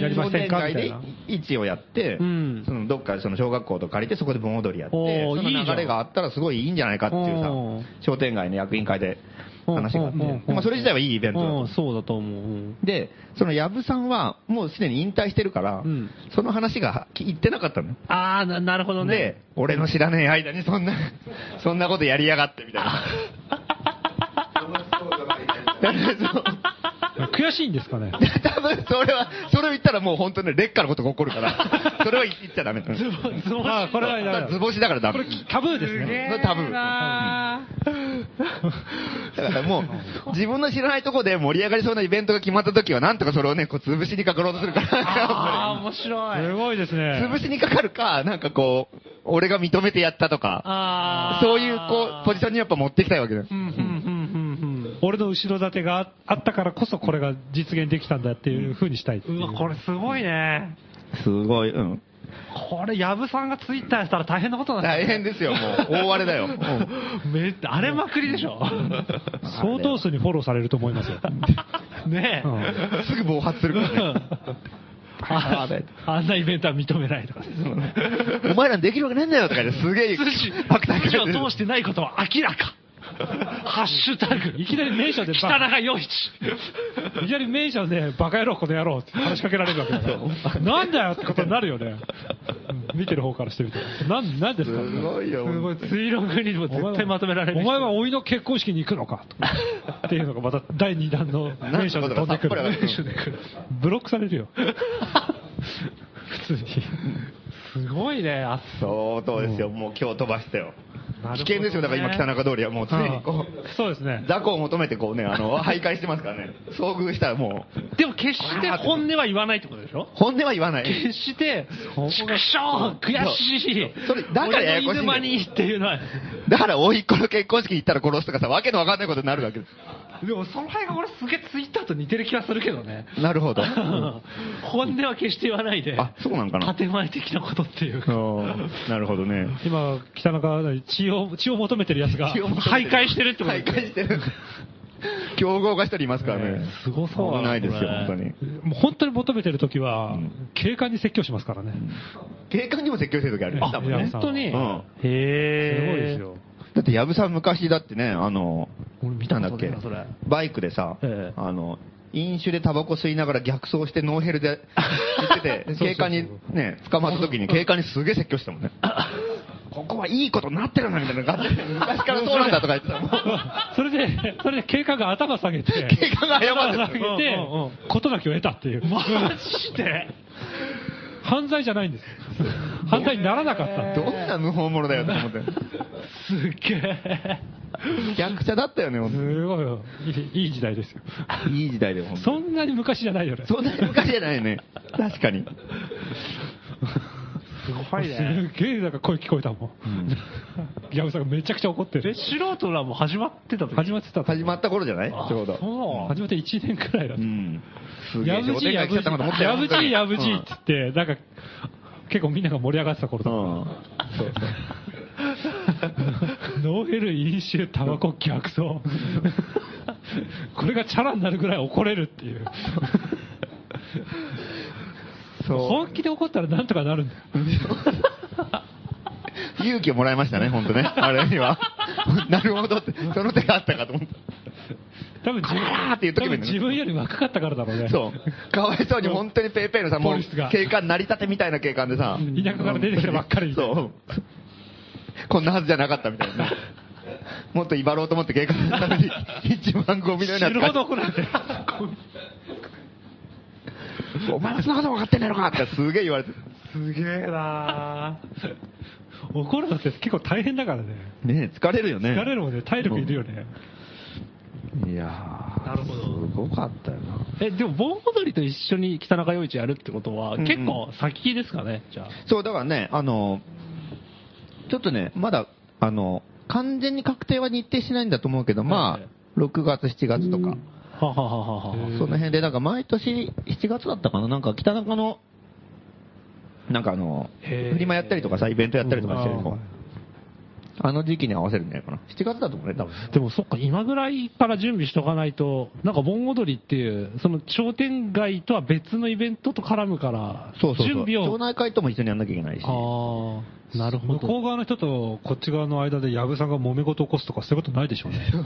Speaker 3: ね、
Speaker 1: ーやりませんか
Speaker 3: 商
Speaker 1: み
Speaker 3: 店
Speaker 1: た
Speaker 3: 街
Speaker 1: いな。
Speaker 3: で市をやって、
Speaker 1: うん
Speaker 3: そのどっかその小学校と借りて、そこで盆踊りやって、
Speaker 1: おー
Speaker 3: その
Speaker 1: いいじゃん
Speaker 3: 流れがあったらすごいいいんじゃないかっていうさ
Speaker 1: おー、
Speaker 3: 商店街の役員会で話があって、
Speaker 1: おーおーおー
Speaker 3: まあそれ自体はいいイベントだと
Speaker 1: うん、そうだと思ううん。
Speaker 3: で、その藪さんはもうすでに引退してるから、
Speaker 1: うん
Speaker 3: その話が言ってなかったのよ。
Speaker 2: ああ、ななるほどね
Speaker 3: で。、俺の知らねえ間にそんな、そんなことやりやがってみたい な。 そう
Speaker 1: 悔しいんですかね。
Speaker 3: 多分それは、それを言ったらもう本当に劣化のことが起こるから、それは言っちゃダメだ。
Speaker 2: ズボンズボン
Speaker 1: あーこれはダメだ
Speaker 3: 図星だからダメ。
Speaker 1: これタブーですね
Speaker 3: それタブー。だからもう、自分の知らないとこで盛り上がりそうなイベントが決まった時は、なんとかそれをね、こう、潰しにかかろうとするから。
Speaker 2: ああ、面白い。
Speaker 1: すごいですね。
Speaker 3: 潰しにかかるか、なんかこう、俺が認めてやったとか、
Speaker 2: ああ。
Speaker 3: そういうこう、ポジションにやっぱ持ってきたいわけだよ。
Speaker 2: うん、うん、うん、うん、
Speaker 1: 俺の後ろ盾がああったからこそこれが実現できたんだっていうふうにしたいってい
Speaker 2: うん。うわ、これすごいね。
Speaker 3: すごい、うん。
Speaker 2: これ、矢部さんがツイッターしたら大変なことにな
Speaker 3: 大
Speaker 2: る。
Speaker 3: 変ですよ、もう。大荒れだよ。うん
Speaker 2: めあれまくりでしょ。
Speaker 1: 相当数にフォローされると思いますよ。
Speaker 2: ねえ。
Speaker 1: う ん
Speaker 3: すぐ暴発するからね。
Speaker 2: あ あんなイベントは認めないとかね。
Speaker 3: お前らできるわけねえんだよとかですげえ、
Speaker 2: 通信
Speaker 3: 爆弾
Speaker 2: 通信を
Speaker 3: てる
Speaker 2: 通してないことは明らか。ハッシュタグ。
Speaker 1: いきなり名所で
Speaker 2: 北中陽一。
Speaker 1: いきなり名所でバカ野郎この野郎って話しかけられるわけ だから。なんだよってことになるよね。うん見てる方からしてみて。なん、なんですか
Speaker 3: すごいよ。
Speaker 2: すごい、追録にも
Speaker 1: お前は
Speaker 2: 絶対まとめられる。
Speaker 1: お前はおいの結婚式に行くのかとかっていうのがまた第2弾の名所で飛んでく
Speaker 3: なん
Speaker 1: る
Speaker 3: てことだ
Speaker 1: ブロックさ れるよ普通に
Speaker 2: すごいね、あ
Speaker 3: 相当ですよ、もう今日飛ばしたよ。
Speaker 2: なるほどね
Speaker 3: 危険ですよ、だから今北中通りはもう常にこ う。
Speaker 1: そうですね
Speaker 3: 雑魚を求めてこうね、あの、徘徊してますからね。遭遇したらもう、
Speaker 2: でも決して本音は言わないってことでしょ
Speaker 3: 本音は言わない。
Speaker 2: 決して、ちくしょう悔しい
Speaker 3: そうそれだからややこしいんだよ
Speaker 2: 俺の犬間にっていうのは。
Speaker 3: だから、甥っ子の結婚式行ったら殺すとかさ、わけのわかんないことになるわけで
Speaker 2: でもその辺が俺すげえツイッターと似てる気がするけどね。
Speaker 3: す。なるほ ど。
Speaker 2: 本音は決して言わないで。
Speaker 3: あそうなんかな
Speaker 2: 建前的なことっていうか。
Speaker 3: うんなるほどね。
Speaker 1: 今北中血を血を求めてるやつ が
Speaker 2: 徘徊してるってこと
Speaker 3: 徘徊してる。競合が一人いますからね。
Speaker 2: すごそうだ
Speaker 3: 危ないですよ、
Speaker 2: これ
Speaker 3: 本当に。
Speaker 1: もう本当に求めてる時は
Speaker 3: ん
Speaker 1: 警官に説教しますからね
Speaker 3: 警官にも説教してる時ありましたもん
Speaker 1: いや
Speaker 3: ね。
Speaker 2: 本当に。
Speaker 3: う
Speaker 1: う
Speaker 3: ん
Speaker 2: へ
Speaker 1: す
Speaker 2: ー
Speaker 1: ごいです。 よ
Speaker 3: だって、矢部さん昔だってね、あの、
Speaker 2: 俺見た
Speaker 3: な
Speaker 2: こ
Speaker 3: んだっ
Speaker 2: と
Speaker 3: け
Speaker 2: ねえなそれ、
Speaker 3: バイクでさ
Speaker 2: ええ、
Speaker 3: あの、飲酒でタバコ吸いながら逆走してノーヘルで行ってて、
Speaker 1: そうそう
Speaker 3: 警官にね、捕まった時に警官にすげえ説教したもんね。ここはいいことになってるな、みたいな感じで、昔からそうなんだとか言ってたもん。
Speaker 1: それでそれで警官が頭下げて
Speaker 3: 警官が謝
Speaker 1: 頭
Speaker 3: っ
Speaker 1: 下
Speaker 3: て
Speaker 1: げ
Speaker 3: る。
Speaker 1: て
Speaker 2: うんうんうん
Speaker 1: 事なきを得たっていう
Speaker 2: マジで
Speaker 1: 犯罪じゃないんです犯罪にならなかった
Speaker 3: どんな無法者だよって思って。
Speaker 2: すっげえ。
Speaker 3: 逆者だったよね、本当に
Speaker 1: すごいよいいいい時代ですよ
Speaker 3: いい時代だよ、本当
Speaker 1: そんなに昔じゃないよね
Speaker 3: そんなに昔じゃないよね。確かに。
Speaker 2: すごいね。
Speaker 1: すげえなんか声聞こえたもん矢部さんがめちゃくちゃ怒って
Speaker 2: で、
Speaker 1: る
Speaker 2: 素人らも始まってた時
Speaker 1: 始まって た
Speaker 3: 始まった頃じゃない
Speaker 2: あ
Speaker 3: ちょうど。
Speaker 2: そう。
Speaker 1: 始まって1年くらいだ
Speaker 3: う
Speaker 1: と
Speaker 3: ん。すげえ
Speaker 1: やぶ
Speaker 3: 商
Speaker 1: じ
Speaker 3: 店
Speaker 1: や
Speaker 3: 街来ち
Speaker 1: ぶ
Speaker 3: ゃったかと思った
Speaker 1: じ
Speaker 3: よ。
Speaker 1: やぶ
Speaker 3: 本当
Speaker 1: じ
Speaker 3: に
Speaker 1: やぶじっつってなんか結構みんなが盛り上がってた頃
Speaker 3: う
Speaker 1: だ
Speaker 3: ん。うん
Speaker 1: ノーヘル飲酒タバコ逆走これがチャラになるぐらい怒れるっていう
Speaker 3: そ
Speaker 1: 本気で怒ったらなんとかなるんだよ
Speaker 3: う。勇気をもらいましたね、本 当ね。あれには。 なるほどって、その手があったかと思っ
Speaker 1: 多分自分
Speaker 3: カラーって言っとけばいいんだよ
Speaker 1: 多分自分より若かったからだろうね
Speaker 3: た。そう。かわいそうに本当にペイペイのさ、も
Speaker 1: ポ
Speaker 3: う
Speaker 1: リスが
Speaker 3: 警官成り立てみたいな警官でさ。
Speaker 1: 田舎から出てきたばっかりみたいな
Speaker 3: そう。こんなはずじゃなかったみたいな。もっと威張ろうと思って警官のため に一番ゴミのような
Speaker 1: 死ぬ
Speaker 3: 扱い
Speaker 1: ほど怒られてる
Speaker 3: お前はそんなこと分かってんのやろかってすげえ言われて。
Speaker 2: すげえな
Speaker 1: 怒るのって結構大変だからね
Speaker 3: ねえ疲れるよね。
Speaker 1: 疲れるもんね体力いるよね
Speaker 3: いやー
Speaker 2: なるほど
Speaker 3: すごかったよな。
Speaker 2: え、でも盆踊りと一緒に北中陽一やるってことは、
Speaker 3: んうん
Speaker 2: 結構先ですかね、じゃあ。
Speaker 3: そう、だからね、あの、ちょっとね、まだ、あの、完全に確定は日程しないんだと思うけど、ま
Speaker 2: はいはい
Speaker 3: あ、6月、7月とか、
Speaker 2: ははははは
Speaker 1: へー
Speaker 3: その辺で、なんか毎年7月だったかな、なんか北中の、なんかあの、
Speaker 2: へー
Speaker 3: フリマやったりとかさ、イベントやったりとかしてる
Speaker 1: うんあ
Speaker 3: の。あの時期に合わせるんじゃないかな。7月だと思うね、多分。
Speaker 2: でもそっか、今ぐらいから準備しとかないと、なんか盆踊りっていう、その商店街とは別のイベントと絡むから、
Speaker 3: そうそうそ
Speaker 2: 準
Speaker 3: う。
Speaker 2: 備
Speaker 3: 町
Speaker 2: を。
Speaker 3: 内会とも一緒にやんなきゃいけないし。
Speaker 2: ああ、なるほ
Speaker 1: 向こ
Speaker 2: ど。
Speaker 1: う側の人とこっち側の間で矢部さんが揉め事起こすとかそういうことないでしょうね。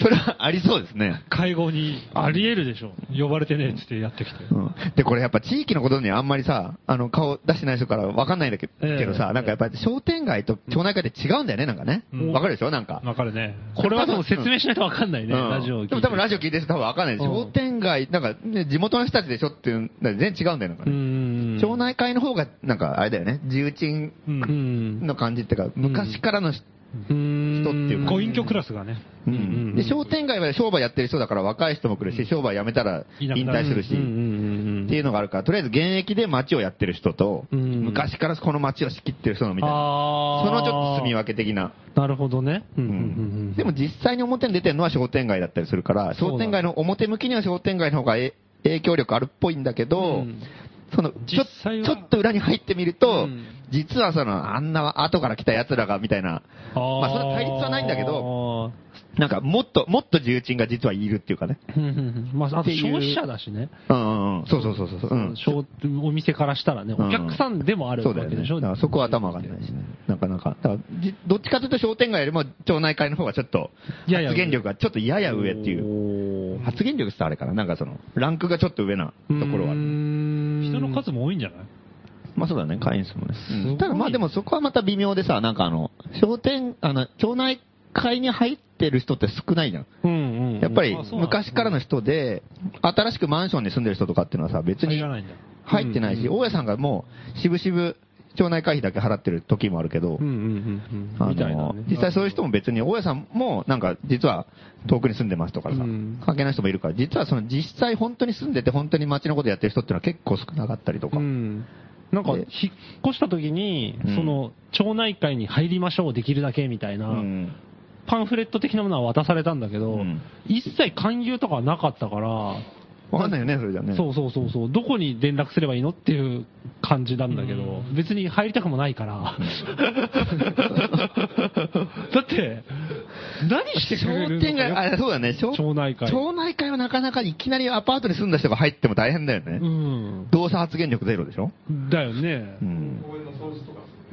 Speaker 3: それはありそうですね。
Speaker 1: 会合に
Speaker 2: あり得るでしょ。
Speaker 1: 呼ばれてねえっつってやってきて。
Speaker 3: うんで、これやっぱ地域のことにあんまりさ、あの、顔出してない人からわかんないんだけ
Speaker 2: ええ
Speaker 3: けどさ、なんかやっぱり商店街と町内会って違うんだよね、なんかね
Speaker 1: う。ん
Speaker 3: わかるでしょなんか。
Speaker 1: わかるね。
Speaker 2: これはでも説明しないとわかんないね、
Speaker 3: うん
Speaker 2: ラジオを聞
Speaker 3: で
Speaker 2: いて。
Speaker 3: も多分ラジオ聞いてる人多分わかんないでしょ
Speaker 2: うん
Speaker 3: 商店街、なんかね、地元の人たちでしょっていうんだ全然違うんだよ、なんか
Speaker 2: う
Speaker 3: ね。
Speaker 2: ん。
Speaker 3: 町内会の方が、なんかあれだよね、重鎮
Speaker 2: うん。
Speaker 3: の感じっていうか、昔からのし、
Speaker 2: うん。
Speaker 3: 人っていうか
Speaker 1: ご隠居クラスがね。
Speaker 3: う
Speaker 2: うんうん
Speaker 3: んで、商店街は商売やってる人だから若い人も来るし、商売辞めたら
Speaker 1: い
Speaker 3: 引
Speaker 1: なくなる
Speaker 3: 退するし
Speaker 2: うん、うんうんうん
Speaker 3: っていうのがあるから、とりあえず現役で街をやってる人と、
Speaker 2: うんうん
Speaker 3: 昔からこの街を仕切ってる人のみたいな。
Speaker 2: ああ。
Speaker 3: そのちょっと住み分け的な。
Speaker 2: け。なるほどね。うん
Speaker 3: う
Speaker 2: うんんうんうん。
Speaker 3: でも実際に表に出てるのは商店街だったりするから、
Speaker 2: そうだ
Speaker 3: 商店街の表向きには商店街の方がえ影響力あるっぽいんだけど、
Speaker 2: うん
Speaker 3: そのちょ
Speaker 1: 実際は
Speaker 3: ちょっと裏に入ってみると、
Speaker 2: うん
Speaker 3: 実はそのあんな後から来た奴らがみたいな、
Speaker 2: あー、
Speaker 3: まあそれは対立はないんだけどなんかもっと、もっと重鎮が実はいるっていうかね。
Speaker 2: うんうんうん。まあ、あ
Speaker 3: っ
Speaker 2: と
Speaker 3: ていう
Speaker 2: 消費者だしね。
Speaker 3: うんうんうん。そうそうそうそう。うん。
Speaker 2: しょうお店からしたらね、
Speaker 3: うん
Speaker 2: お客さんでもある
Speaker 3: そ
Speaker 2: わ
Speaker 3: うだよ
Speaker 2: け
Speaker 3: ね。
Speaker 2: でしょ。
Speaker 3: だからそこは頭上がんないしね。なかなか。だからじどっちかというと商店街よりも町内会の方がちょっと、
Speaker 2: やや
Speaker 3: 発言力がちょっとやや上っていう。
Speaker 2: いう
Speaker 3: 発言力ってあれかななんかその、ランクがちょっと上なところはある。
Speaker 2: 人
Speaker 1: 人の数も多いんじゃない
Speaker 3: まあそうだね、会員数もね。
Speaker 2: すごい
Speaker 3: ただまあでもそこはまた微妙でさ、なんかあの、商店、あの、町内会に入ってる人って少ないじゃん。
Speaker 2: うんうんうん
Speaker 3: やっぱり
Speaker 1: まあそうなんだ
Speaker 3: 昔からの人で、新しくマンションに住んでる人とかっていうのはさ、別
Speaker 1: 入
Speaker 3: に
Speaker 1: らないんだ。
Speaker 3: 入ってないし、大家さんがもう、しぶしぶ町内会費だけ払ってる時もあるけど
Speaker 2: うん、うんうんう
Speaker 3: あの
Speaker 2: んみたいなね。
Speaker 3: 実際そういう人も別に、大家さんもなんか実は遠くに住んでますとかさ、
Speaker 2: うん
Speaker 3: 関係ない人もいるから、実はその実際本当に住んでて本当に街のことやってる人っていうのは結構少なかったりとか。
Speaker 2: うん。なんか、引っ
Speaker 3: で
Speaker 2: 越した時に
Speaker 3: うん、
Speaker 2: その、町内会に入りましょう、できるだけみたいうな、
Speaker 3: ん
Speaker 2: パンフレット的なものは渡されたんだけど、
Speaker 3: うん
Speaker 2: 一切勧誘とかはなかったから、
Speaker 3: わかんないよね、それじゃね。
Speaker 2: そうそうそうそう、どこに連絡すればいいのっていう感じなんだけど、別に入りたくもないから。 だって、何してくれ
Speaker 3: 商
Speaker 2: るの
Speaker 3: 店街、あ、そうだね、商
Speaker 2: 町内会
Speaker 3: 町内会はなかなかいきなりアパートに住んだ人が入っても大変だよね。
Speaker 2: うん。
Speaker 3: 動作発言力ゼロでしょ
Speaker 2: だよね
Speaker 3: う。ん。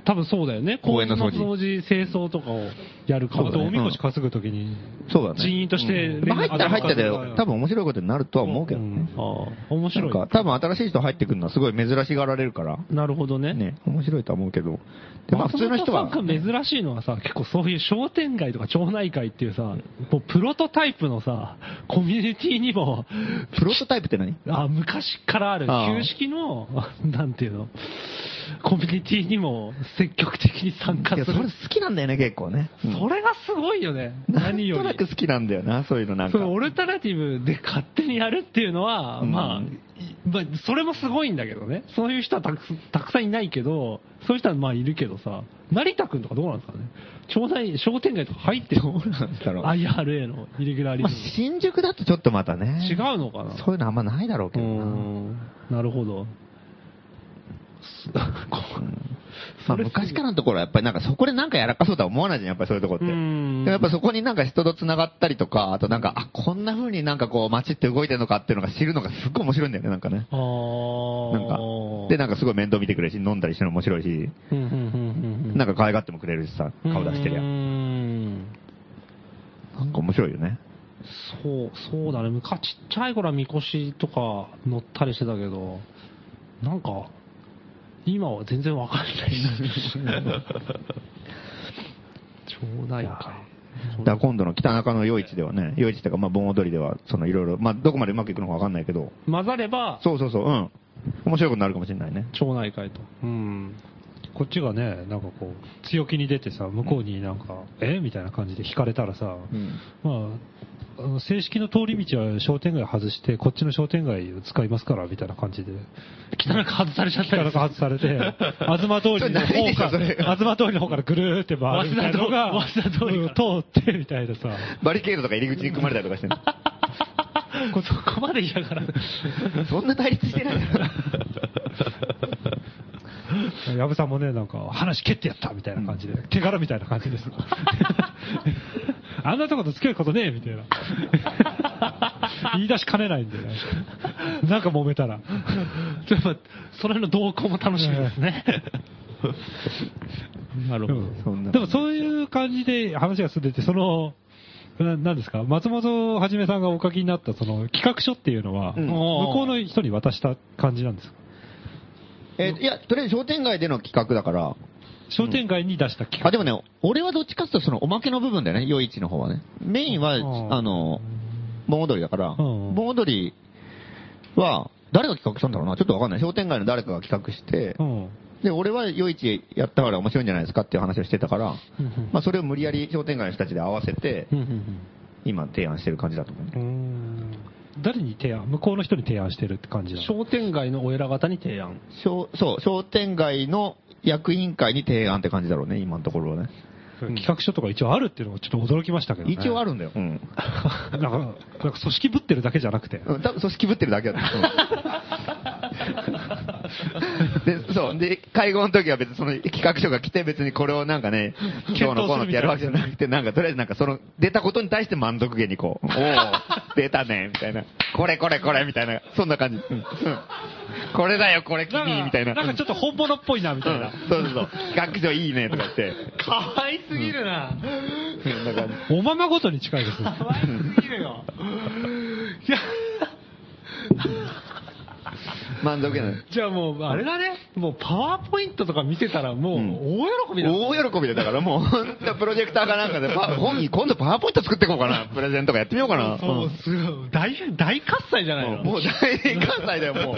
Speaker 2: 多分そうだよね。
Speaker 3: 公園の掃除
Speaker 2: 公園の清掃とかをやるか
Speaker 1: あ
Speaker 2: も、
Speaker 1: と、お
Speaker 2: ね。
Speaker 1: みこし担ぐときに、
Speaker 3: そうだね。
Speaker 2: 人員として
Speaker 3: うんまあ入ったら入ったで、多分面白いことになるとは思うけどね。
Speaker 2: ああ、面
Speaker 3: な
Speaker 2: 白
Speaker 3: ん
Speaker 2: い。
Speaker 3: か、多分新しい人入ってくるのはすごい珍しがられるから。
Speaker 2: なるほどね。
Speaker 3: ね、面白いとは思うけど。で、まあ普通の人は。
Speaker 2: 松本さんが珍しいのはさ、結構そういう商店街とか町内会っていうさ、もうプロトタイプのさ、コミュニティにも、
Speaker 3: プロトタイプって何
Speaker 2: あ昔からある
Speaker 3: ああ
Speaker 2: 旧式の、なんていうの、コミュニティにも積極的に参加
Speaker 3: いや、
Speaker 2: す
Speaker 3: それ好
Speaker 2: る。
Speaker 3: きなんだよね、結構ね。うん
Speaker 2: それがすごいよね。何よ
Speaker 3: なん
Speaker 2: り
Speaker 3: とな。く好きなんだよな、そういうのなん
Speaker 2: そ
Speaker 3: か。
Speaker 2: のオルタナティブで勝手にやるっていうのは、
Speaker 3: うん
Speaker 2: まあ、いまあ、それもすごいんだけどね。そういう人はたくたくさんいないけど、そういう人はまあいるけどさ、成田君とかどうなんですかね。町内、商店街とか入ってる
Speaker 3: どうなんだろう。
Speaker 2: ?IRA のイレギュラーリ
Speaker 3: まあ
Speaker 2: ズム。
Speaker 3: 新宿だとちょっとまたね。
Speaker 2: 違うのかな
Speaker 3: そういうのあんまないだろうけ
Speaker 2: う
Speaker 3: ど
Speaker 2: ー
Speaker 3: な。
Speaker 2: ん。なるほど。す
Speaker 3: まあ、昔からのところはやっぱりなんかそこでなんかやらかそうとは思わないじゃん、やっぱりそういうとこって。
Speaker 2: う
Speaker 3: で
Speaker 2: ん
Speaker 3: もやっぱそこになんか人と繋がったりとか、あとなんか、あ、こんな風になんかこう街って動いてるのかっていうのが知るのがすっごい面白いんだよね、なんかね。
Speaker 2: あー
Speaker 3: なんか。で、なんかすごい面倒見てくれるし、飲んだりしてるの面白いし、
Speaker 2: うんうんうんうんうん
Speaker 3: なんか可愛がってもくれるしさ、顔出してりゃ
Speaker 2: うー。ん
Speaker 3: なんか面白いよね。
Speaker 2: そう、そうだね。昔ちっちゃい頃はみこしとか乗ったりしてたけど、なんか、今は全然わかんない。町内
Speaker 3: だ
Speaker 2: 会。
Speaker 3: から今度の北中の夜市ではね、夜市とかまあ盆踊りでは、そのいろいろ、まあどこまでうまくいくのかわかんないけど、
Speaker 2: 混ざれば、
Speaker 3: そうそうそう、うん。面白いことになるかもしれないね。
Speaker 2: 町内会と。うん。
Speaker 1: こっちがね、なんかこう、強気に出てさ、向こうになんか、えみたいな感じで引かれたらさ、まあ、あの正式の通り道は商店街外して、こっちの商店街を使いますから、みたいな感じで、
Speaker 2: 汚く外されちゃった
Speaker 1: なかな
Speaker 2: り
Speaker 1: か外されて、東通りの
Speaker 3: それないで
Speaker 1: 方
Speaker 3: しょ
Speaker 1: か
Speaker 3: それ
Speaker 1: ら、東通りの方からぐるーって回るみたいなのが、
Speaker 2: 早稲田通り
Speaker 1: うん通ってみたいなさ、
Speaker 3: バリケードとか入り口に組まれたりとかしてね
Speaker 2: こ そこま で嫌がらない。
Speaker 3: そんな対立してないから
Speaker 1: 矢部さんもね、なんか、話蹴ってやったみたいな感じで、手柄みたいな感じです。あんなとこと付き合うことねえみたいな。言い出しかねないんで、なんかなんか揉めた
Speaker 2: や
Speaker 1: ら。
Speaker 2: っぱ、それの動向も楽しみですね。なる
Speaker 1: で
Speaker 2: ほど
Speaker 3: そんな
Speaker 1: も。
Speaker 3: 感じ
Speaker 1: でもそういう感じで話が進んでて、その、ななんですか、松本はじめさんがお書きになったその企画書っていうのは、
Speaker 3: うん
Speaker 1: 向こうの人に渡した感じなんですか
Speaker 3: えーいや、とりあえず商店街での企画だから、
Speaker 1: 商店街に出した企画。
Speaker 3: あ、でもね、俺はどっちかっていうとそのおまけの部分だよね、夜市の方はね。メインは、
Speaker 1: うん
Speaker 3: あの、盆踊りだから、
Speaker 1: うん
Speaker 3: 盆踊りは、誰が企画したんだろうなちょっとわかんない。商店街の誰かが企画して、
Speaker 1: うん。
Speaker 3: で、俺は夜市やったから面白いんじゃないですかっていう話をしてたから、
Speaker 1: うんうん
Speaker 3: まあそれを無理やり商店街の人たちで合わせて、今提案してる感じだと思うね
Speaker 1: う。ん誰に提案向こうの人に提案してるって感じなの
Speaker 4: 商店街のお偉方に提案。
Speaker 3: 商そう、商店街の役員会に提案って感じだろうね、今のところはね。
Speaker 1: 企画書とか一応あるっていうのがちょっと驚きましたけどね。
Speaker 3: 一応あるんだよ。うん。
Speaker 1: なんか、なんか組織ぶってるだけじゃなくて。
Speaker 3: うん多分組織ぶってるだけだ った。で、そう。で、会合の時は別にその企画書が来て別にこれをなんかね、今日のこうのってやるわけじゃなくて、なんかとりあえずなんかその出たことに対して満足げにこう、 おお出たね、みたいな。これこれこれ、みたいな。そんな感じ。うんうんこれだよ、これ君、みたいな。
Speaker 1: なんかちょっと本物っぽいな、み
Speaker 3: う
Speaker 1: たい
Speaker 3: ん
Speaker 1: な。
Speaker 3: そうそうそう。企画書いいね、とか言って。
Speaker 2: かわいすぎるな。
Speaker 3: うんなんか
Speaker 1: おままごとに近いで すね。
Speaker 2: かわいすぎるよ。 いや、
Speaker 3: 満足げな。
Speaker 4: じゃあもう、あれだね。もうパワーポイントとか見てたらもう、
Speaker 3: ん
Speaker 4: 大喜びだ。
Speaker 3: 大喜びで、だからもう、ほんとプロジェクターかなんかで、パ本人今度パワーポイント作っていこうかな。プレゼントとかやってみようかな。
Speaker 4: もう、すごい。大、大喝采じゃない
Speaker 3: う
Speaker 4: の。
Speaker 3: んもう大変関西だよ、もう。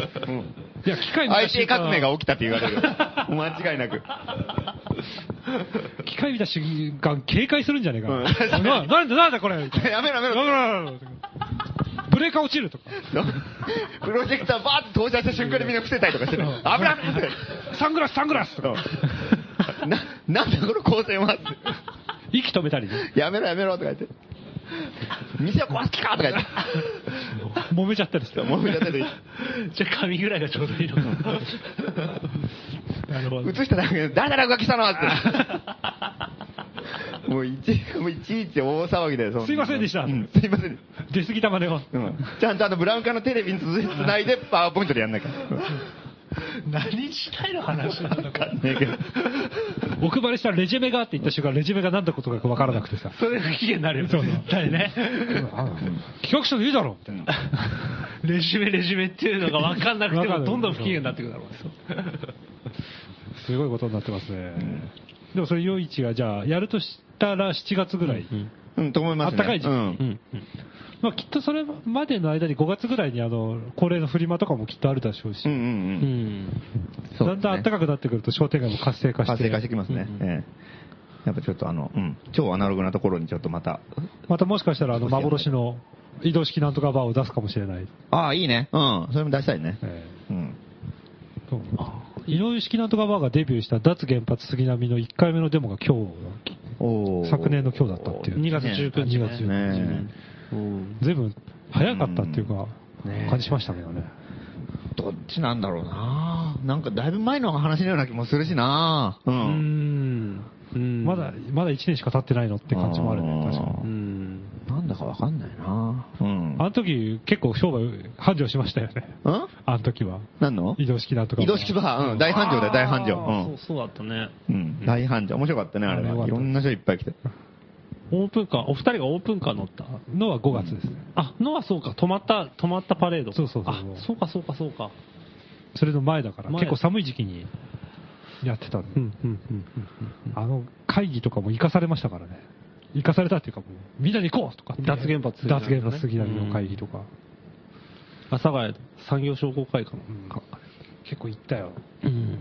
Speaker 1: いや、機械見出し
Speaker 3: IT 革命が起きたって言われる。間違いなく。
Speaker 1: 機械見た瞬間、警戒するんじ ゃねえかな。
Speaker 3: うん
Speaker 1: ななんだ、なんだこれ。みたいな
Speaker 3: やめろやめろ。
Speaker 1: ブレーカー落ちるとか。
Speaker 3: プロジェクターバーって登場した瞬間でみんな伏せたりとかしてる。危ない危ない
Speaker 1: サングラス、サングラスとか。
Speaker 3: うんな、なんだこの光線はって
Speaker 1: 息止めたりね。
Speaker 3: やめろやめろとか言って。店を壊す気かとか言って。
Speaker 1: 揉めちゃったりして。
Speaker 3: もうやってて
Speaker 2: じゃあ髪ぐらいがちょうどいい のか。なるほど。
Speaker 3: 映しただけで、誰々浮気したのって。 もういちもういちいち大騒ぎだよ、そな
Speaker 1: すいませんでした
Speaker 3: うすいません。
Speaker 1: 出過ぎたまでは。
Speaker 3: うんちゃんとあのブラウン管のテレビにつないでパワーポイントでや んなきゃ。
Speaker 2: 何時代の話なのか。
Speaker 3: ねえけど
Speaker 1: お配りしたレジュメがあって言った瞬間、レジュメが何だことかわからなくてさ。
Speaker 2: それ不機嫌になるよ、絶対ね。
Speaker 1: あ企画書でいいだろみたいな。
Speaker 2: レジュメ、レジュメっていうのが分かんなくて
Speaker 1: 分かんな
Speaker 2: も、
Speaker 1: い
Speaker 2: どんどん不機嫌になってくだろうね。
Speaker 1: すごいことになってますね。でもそれ、夜市がじゃあ、やるとしたら7月ぐらい。
Speaker 3: うん、と思いますね。
Speaker 1: あったかい時期
Speaker 3: うん
Speaker 1: まあきっとそれまでの間に5月ぐらいにあの、恒例のフリマとかもきっとあるでしょうし
Speaker 3: うんう、んうん。そう
Speaker 1: だんだん暖かくなってくると商店街も活性化して、
Speaker 3: 活性化してきますね。ええやっぱちょっとあの、うん、超アナログなところにちょっとまた、
Speaker 1: またもしかしたらあの、幻の移動式なんとかバーを出すかもしれない。
Speaker 3: ああ、いいね。うん、それも出したいね。
Speaker 1: え
Speaker 3: うん。
Speaker 1: え移動式なんとかバーがデビューした脱原発杉並の1回目のデモが今
Speaker 3: おー
Speaker 1: 日、昨年の今日だったっていう。
Speaker 2: 2月19日、
Speaker 1: 2月19日
Speaker 3: ね
Speaker 1: 随分早かったっていうか、
Speaker 3: うんねえ
Speaker 1: 感じしましたけどね。
Speaker 3: どっちなんだろうななんかだいぶ前の話のような気もするしなう。
Speaker 2: うんん。うん
Speaker 1: まだ、まだ1年しか経ってないのって感じもあるね、確かに。
Speaker 2: うん。
Speaker 3: なんだかわかんないなうん。
Speaker 1: あの時、結構商売繁盛しましたよね。
Speaker 3: うん
Speaker 1: あの時は。
Speaker 3: 何の
Speaker 1: 移動式なんとか。
Speaker 3: 移動式バー、うん、大繁盛だよ、大繁盛。
Speaker 2: そうそうだったね。
Speaker 3: うん。うん、大繁盛。面白かったね、あれ
Speaker 1: あれよかっ
Speaker 3: は。い
Speaker 1: た
Speaker 3: ろんな人いっぱい来て。
Speaker 2: オープンカー、お二人がオープンカー乗った。
Speaker 1: のは5月ですね。
Speaker 2: あ、のはそうか、止まった、止まったパレード。
Speaker 1: そうそうそう
Speaker 2: あ、そうかそうかそうか。
Speaker 1: それの前だから、
Speaker 2: 前
Speaker 1: 結構寒い時期にやってたんで、
Speaker 2: うん、うん、うん、
Speaker 1: あの会議とかも生かされましたからね。生かされたっていうかもう、みんなで行こうとかって
Speaker 2: 脱原発
Speaker 1: 脱原発杉並の会議とか。
Speaker 2: 阿佐ヶ谷産業商工会館
Speaker 1: うん結構行ったよ。
Speaker 2: うん。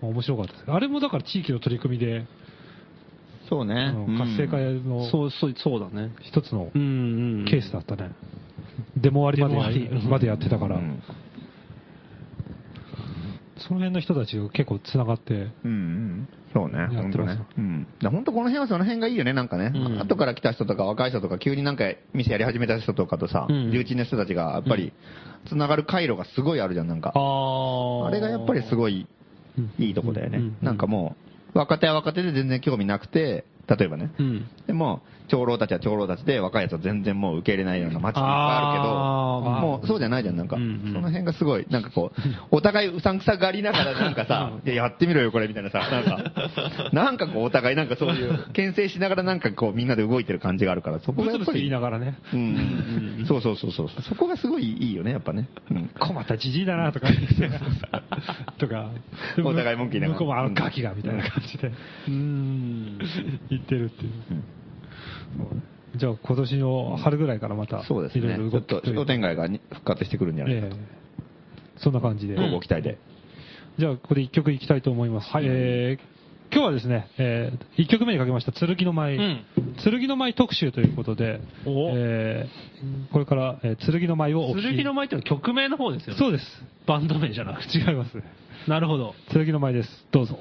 Speaker 1: 面白かったです。あれもだから地域の取り組みで、
Speaker 3: そうね
Speaker 1: あの。活性化の
Speaker 2: そう、そう、そうだね。
Speaker 1: 一つの
Speaker 2: うん、うん。
Speaker 1: ケースだったね。デモ終わりまで
Speaker 2: デモ終わり
Speaker 1: までやってたから、
Speaker 3: うん。
Speaker 1: その辺の人たちが結構つながって、
Speaker 3: うんうん。そうね。
Speaker 1: や
Speaker 3: 本
Speaker 1: って
Speaker 3: 当
Speaker 1: ます
Speaker 3: ね。うん。だから本当この辺はその辺がいいよね、なんかね。
Speaker 2: うん
Speaker 3: 後から来た人とか若い人とか、急になんか店やり始めた人とかとさ、
Speaker 2: うん
Speaker 3: 重鎮の人たちが、やっぱり、つながる回路がすごいあるじゃん、なんか。
Speaker 2: ああ。
Speaker 3: あれがやっぱりす
Speaker 2: い。
Speaker 3: ごいいいとこだよね。
Speaker 4: うん
Speaker 3: なんかもう、若手は若手で全然興味なくて、例えばね。
Speaker 4: うん。
Speaker 3: でも、長老たちは長老たちで、若いやつは全然もう受け入れないような街っていっぱいあるけど、
Speaker 4: あー
Speaker 3: もうそうじゃないじゃん、なんか。
Speaker 4: うんうん
Speaker 3: その辺がすごい、なんかこう、お互いうさんくさがりながら、なんかさ、いや、やってみろよ、これ、みたいなさ、なんか、なんかこう、お互いなんかそういう、牽制しながらなんかこう、みんなで動いてる感じがあるから、そこ
Speaker 1: ブ
Speaker 3: がや
Speaker 1: ツ
Speaker 3: っ
Speaker 1: ブ
Speaker 3: ぱ
Speaker 1: ツ言い
Speaker 3: り、
Speaker 1: ながらね。
Speaker 3: うん、そうそうそうそう、そこがすごいいいよね、やっぱね。うん
Speaker 1: 困ったじじいだなとか言って、とか、で も
Speaker 3: お互い文句言いながら
Speaker 1: 向こうもあのガキがみたいな感じで、うん、言ってるっていう。じゃあ今年の春ぐらいからまた、
Speaker 3: そうです
Speaker 1: いろ
Speaker 3: ね
Speaker 1: いろ。
Speaker 3: ちょ
Speaker 1: 動
Speaker 3: っ
Speaker 1: く
Speaker 3: と商店街がに復活してくるんじゃないか
Speaker 1: ええそんな感じで。
Speaker 3: と、ご期待で。
Speaker 1: じゃあ、ここで1曲いきたいと思います。えー今日はですね、え1曲目にかけました、剣の舞、
Speaker 2: うん
Speaker 1: 剣の舞特集ということで、
Speaker 2: お
Speaker 1: えーこれから、えー剣の舞をお聴き
Speaker 2: 剣の舞ってのは曲名の方ですよね。
Speaker 1: そうです。
Speaker 2: バンド名じゃなくて。
Speaker 1: 違います。
Speaker 2: なるほど。
Speaker 1: 剣の舞です。どうぞ。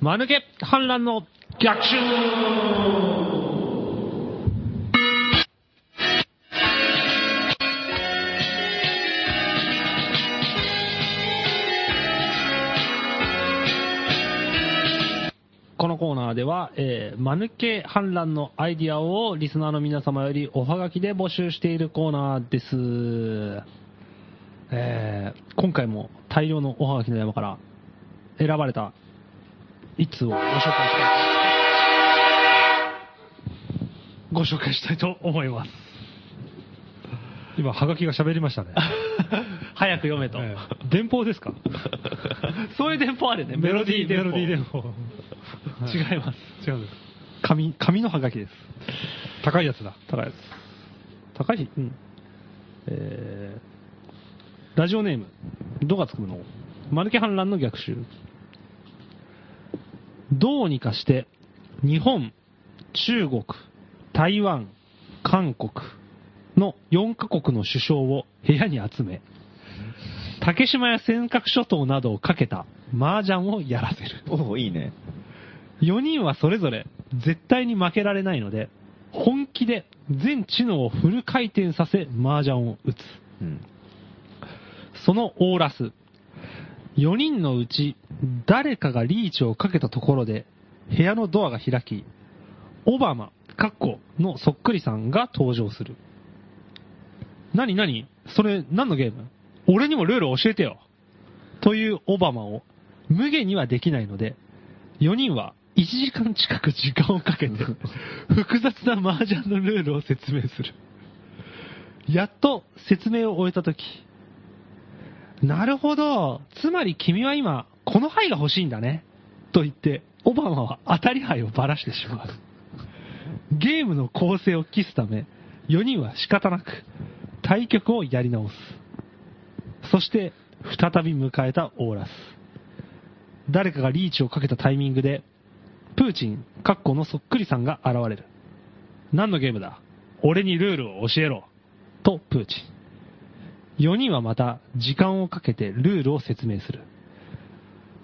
Speaker 2: 間抜け反乱の逆襲このコーナーでは、えー、間抜け反乱のアイディアをリスナーの皆様よりおはがきで募集しているコーナーです。えー、今回も大量のおはがきの山から選ばれた一通をご紹介したい。ご紹介したいと思います。
Speaker 1: 今、ハガキが喋り ましたね。
Speaker 2: 早く読めと。
Speaker 1: ええ電報ですか
Speaker 2: そういう電報あるよ ね。メロディー電報。
Speaker 1: メロディー電報。
Speaker 2: 違います。
Speaker 1: 違うんです。
Speaker 4: 紙、紙のハガキです。
Speaker 1: 高いやつだ。
Speaker 4: 高いやつ。高い、うん。えー、ラジオネーム、どがつくむの、マルケ反乱の逆襲。
Speaker 2: どうにかして、日本、中国、台湾、韓国の4カ国の首相を部屋に集め、竹島や尖閣諸島などをかけた麻雀をやらせる。
Speaker 3: おおいいね。
Speaker 2: 4人はそれぞれ絶対に負けられないので、本気で全知能をフル回転させ麻雀を打つ。
Speaker 3: うん。
Speaker 2: そのオーラス。4人のうち誰かがリーチをかけたところで部屋のドアが開き、オバマ、カッコのそっくりさんが登場する。なになにそれ何のゲーム俺にもルール教えてよ。というオバマを、無下にはできないので、4人は1時間近く時間をかけて、複雑な麻雀のルールを説明する。やっと説明を終えたとき、なるほど。つまり君は今、この牌が欲しいんだね。と言って、オバマは当たり牌をばらしてしまう。ゲームの構成を期すため、4人は仕方なく、対局をやり直す。そして、再び迎えたオーラス。誰かがリーチをかけたタイミングで、プーチン、カッコのそっくりさんが現れる。何のゲームだ俺にルールを教えろ。と、プーチン。4人はまた時間をかけてルールを説明する。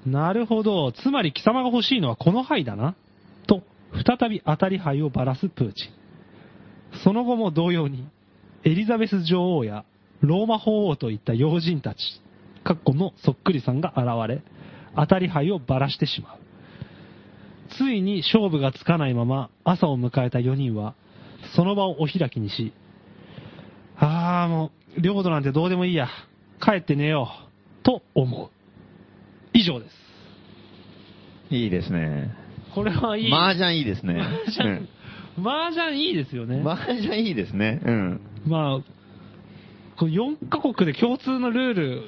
Speaker 2: なるほど。つまり貴様が欲しいのはこの牌だな。と、再び当たり牌をばらすプーチン。その後も同様に、エリザベス女王やローマ法王といった要人たち、かっこのそっくりさんが現れ、当たり牌をばらしてしまう。ついに勝負がつかないまま朝を迎えた4人は、その場をお開きにし、ああ、もう、領土なんてどうでもいいや。帰って寝よう。と思う。以上です。
Speaker 3: いいですね。
Speaker 2: これはいい。
Speaker 3: 麻雀いいですね。
Speaker 2: 麻雀、麻雀いいですよ
Speaker 3: う
Speaker 2: ね。
Speaker 3: ん麻雀いいですね。うん。
Speaker 2: まあ、こ4カ国で共通のルール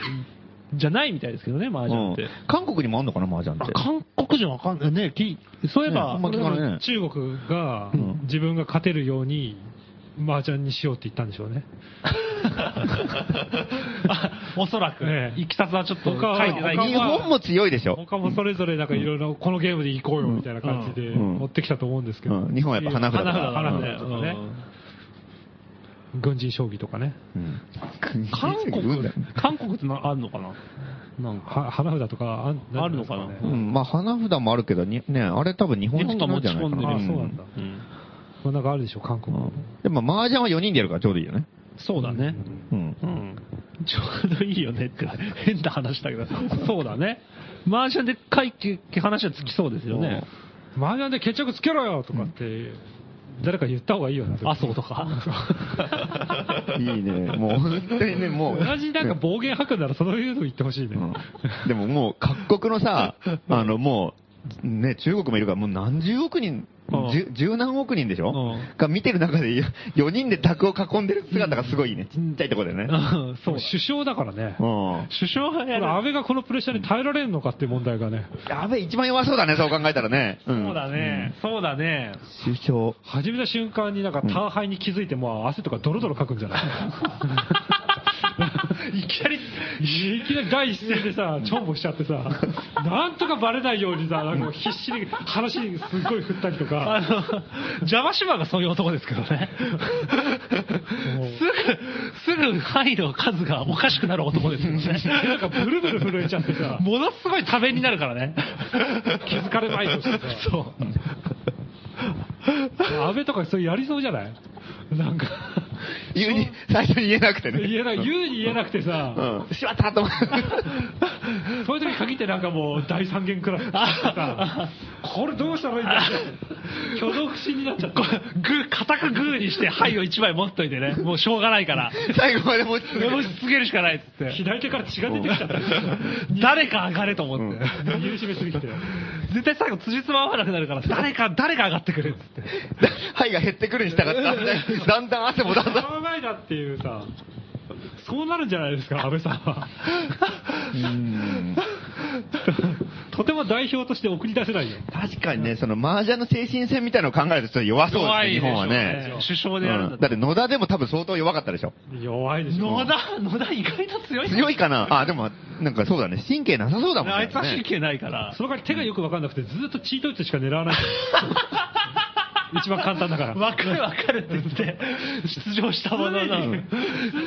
Speaker 2: じゃないみたいですけどね、麻雀って。
Speaker 3: うん韓国にもあんのかな、麻雀って。
Speaker 2: 韓国人わかんないね。きそういえば、
Speaker 3: ねあんま聞かないね
Speaker 1: 中国が
Speaker 3: うん
Speaker 1: 自分が勝てるように麻雀にしようって言ったんでしょうね。
Speaker 2: あおそらく、
Speaker 1: ええ
Speaker 2: いきさつはちょっと書いて
Speaker 1: 他は
Speaker 2: ない
Speaker 1: 他
Speaker 2: け
Speaker 3: 日
Speaker 2: ど
Speaker 1: は
Speaker 3: 本も強いでしょ。
Speaker 1: 他もそれぞれなんかいろいろこのゲームで行こうよみたいな感じで
Speaker 3: うん
Speaker 1: 持ってきたと思うんですけど。
Speaker 3: うん日本はやっぱ花札だから
Speaker 1: 花
Speaker 3: う
Speaker 1: 札
Speaker 3: ん
Speaker 1: 花札とかね。軍人将棋とかね。
Speaker 3: うん
Speaker 2: 韓
Speaker 3: 軍
Speaker 2: 国
Speaker 3: だ、
Speaker 2: 韓国ってなあるのかななんか。
Speaker 1: は花札とかあん
Speaker 2: あるのかな
Speaker 1: なんです
Speaker 3: う
Speaker 1: ね
Speaker 3: ん、まあ花札もあるけど、にね、あれ多分日本
Speaker 2: 日本
Speaker 3: 式
Speaker 2: が
Speaker 3: な
Speaker 2: 持
Speaker 3: んじ
Speaker 2: ち
Speaker 3: ゃない
Speaker 2: 込
Speaker 3: か
Speaker 2: んでる。
Speaker 1: あ
Speaker 3: な。
Speaker 1: そうなんだ
Speaker 2: うん
Speaker 1: まあなんかあるでしょ、韓国。
Speaker 3: うんでも麻雀は4人でやるからちょうどいいよね。
Speaker 2: そうだね。
Speaker 3: うん
Speaker 2: う。ん。ちょうどいいよねって、変な話だけど。そうだね。マージャンで解決、話はつきそうですよね。
Speaker 1: 麻雀で決着つけろよとかって、誰か言った方がいいよな。
Speaker 2: 麻生と か。
Speaker 3: いいね。もう本当にね、もう。
Speaker 1: 同じなんか暴言吐くならそういうの言ってほしいね。
Speaker 3: うんでももう各国のさ、あのもう、ね、中国もいるからもう何十億人、
Speaker 2: うん
Speaker 3: 十十何億人でしょ
Speaker 2: う
Speaker 3: が見てる中で4人で卓を囲んでる姿がすごいね。ちっちゃいところでね。
Speaker 2: うんそうだ。
Speaker 1: 首相だからね。こ
Speaker 3: うん。
Speaker 2: 首相が
Speaker 1: れ
Speaker 2: やる。
Speaker 1: 安倍がこのプレッシャーに耐えられるのかって問題がね。
Speaker 3: やべえ、一番弱そうだね、そう考えたらね。ん
Speaker 2: そうだ。ね。そうだね。
Speaker 3: 首相。
Speaker 1: 始めた瞬間になんか、大敗に気づいて、もう汗とかドロドロかくんじゃないいきなり、いきなり第一声でさ、チョンボしちゃってさ、なんとかバレないようにさ、なんかもう必死に話にすっごい振ったりと
Speaker 2: あ
Speaker 1: か、
Speaker 2: の、邪魔しまがそういう男ですけどね。すぐ、すぐ入る数がおかしくなる男ですよね。
Speaker 1: なんかブルブル震えちゃって さ、
Speaker 2: ものすごい多弁になるからね。
Speaker 1: 気づかれまいとしてさ
Speaker 2: そう。
Speaker 1: 安倍とかそれやりそうじゃないなんか、
Speaker 3: 言うに、最初に言えなくてね。
Speaker 1: 言えない、言うに言えなくて
Speaker 3: う
Speaker 1: さ、
Speaker 3: ん。しまったと思う。
Speaker 1: そういう時限ってなんかもう大三元くらいさ、これどうしたらいいんだって、挙動不審になっちゃって
Speaker 2: こ。うグー、固くグーにして、牌を一枚持っといてね。もうしょうがない から。
Speaker 3: 最後ま で持ち続け
Speaker 2: 持
Speaker 3: る
Speaker 2: ち続けるしかないっつって。
Speaker 1: 左手から血が出てきちゃった。
Speaker 2: 誰か上がれと思って。
Speaker 1: 握りしめすぎて。
Speaker 2: 絶対最後辻褄合わなくなるから、誰か、誰か上がってくれっつって。
Speaker 3: 肺が減ってくるに従って、だんだん汗もだんだん。
Speaker 1: 考えだっていうさ、そうなるんじゃないですか、安倍さんは。とても代表として送り出せないよ。
Speaker 3: 確かにね、その麻雀の精神戦みたいなのを考えるとちょっと弱そうです
Speaker 2: 弱
Speaker 3: ね、
Speaker 2: い
Speaker 3: 日
Speaker 2: でしょ
Speaker 3: 本はね
Speaker 2: うね。首相でやるんだ
Speaker 3: うんだって野田でも多分相当弱かったでしょ。
Speaker 1: 弱いでしょ。
Speaker 2: 野田、野田意外と強い
Speaker 3: 強い
Speaker 2: か
Speaker 3: かなあ、でも、なんかそうだね、神経なさそうだもんね。
Speaker 2: あいつは神経ないから
Speaker 1: そ。の代わり手がよくわかんなくて、ずっとチートイツしか狙 わない。一番簡単だから。
Speaker 2: わかるわかるって言って、出場したも
Speaker 1: 常
Speaker 2: のの。
Speaker 1: に、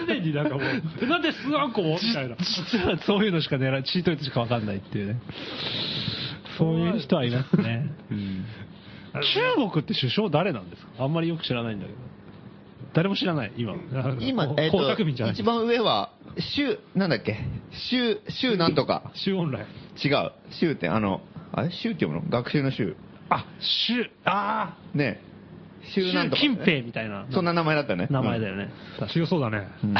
Speaker 1: 常になんかもう、なんでスワンコみたいな。
Speaker 2: 実はそういうのしか狙い、チートイツしかわかんないっていうね。そういう人はいます ね。中国って首相誰なんですかあんまりよく知らないんだけど。誰も知らない、今。
Speaker 3: 今、え
Speaker 1: 江
Speaker 3: っと、
Speaker 1: 沢民じゃない。
Speaker 3: 一番上は、州、なんだっけ州、州なんとか。
Speaker 1: 周恩来。
Speaker 3: 違う。州って、あの、あれ州って読むの学習の州。
Speaker 2: あ、州、あ
Speaker 3: ね。周なんとかね
Speaker 2: 習近平みたいな
Speaker 3: そんな名前だったよね。
Speaker 2: 名前だよ ね。
Speaker 1: 強そうだね。
Speaker 3: うん。
Speaker 2: マ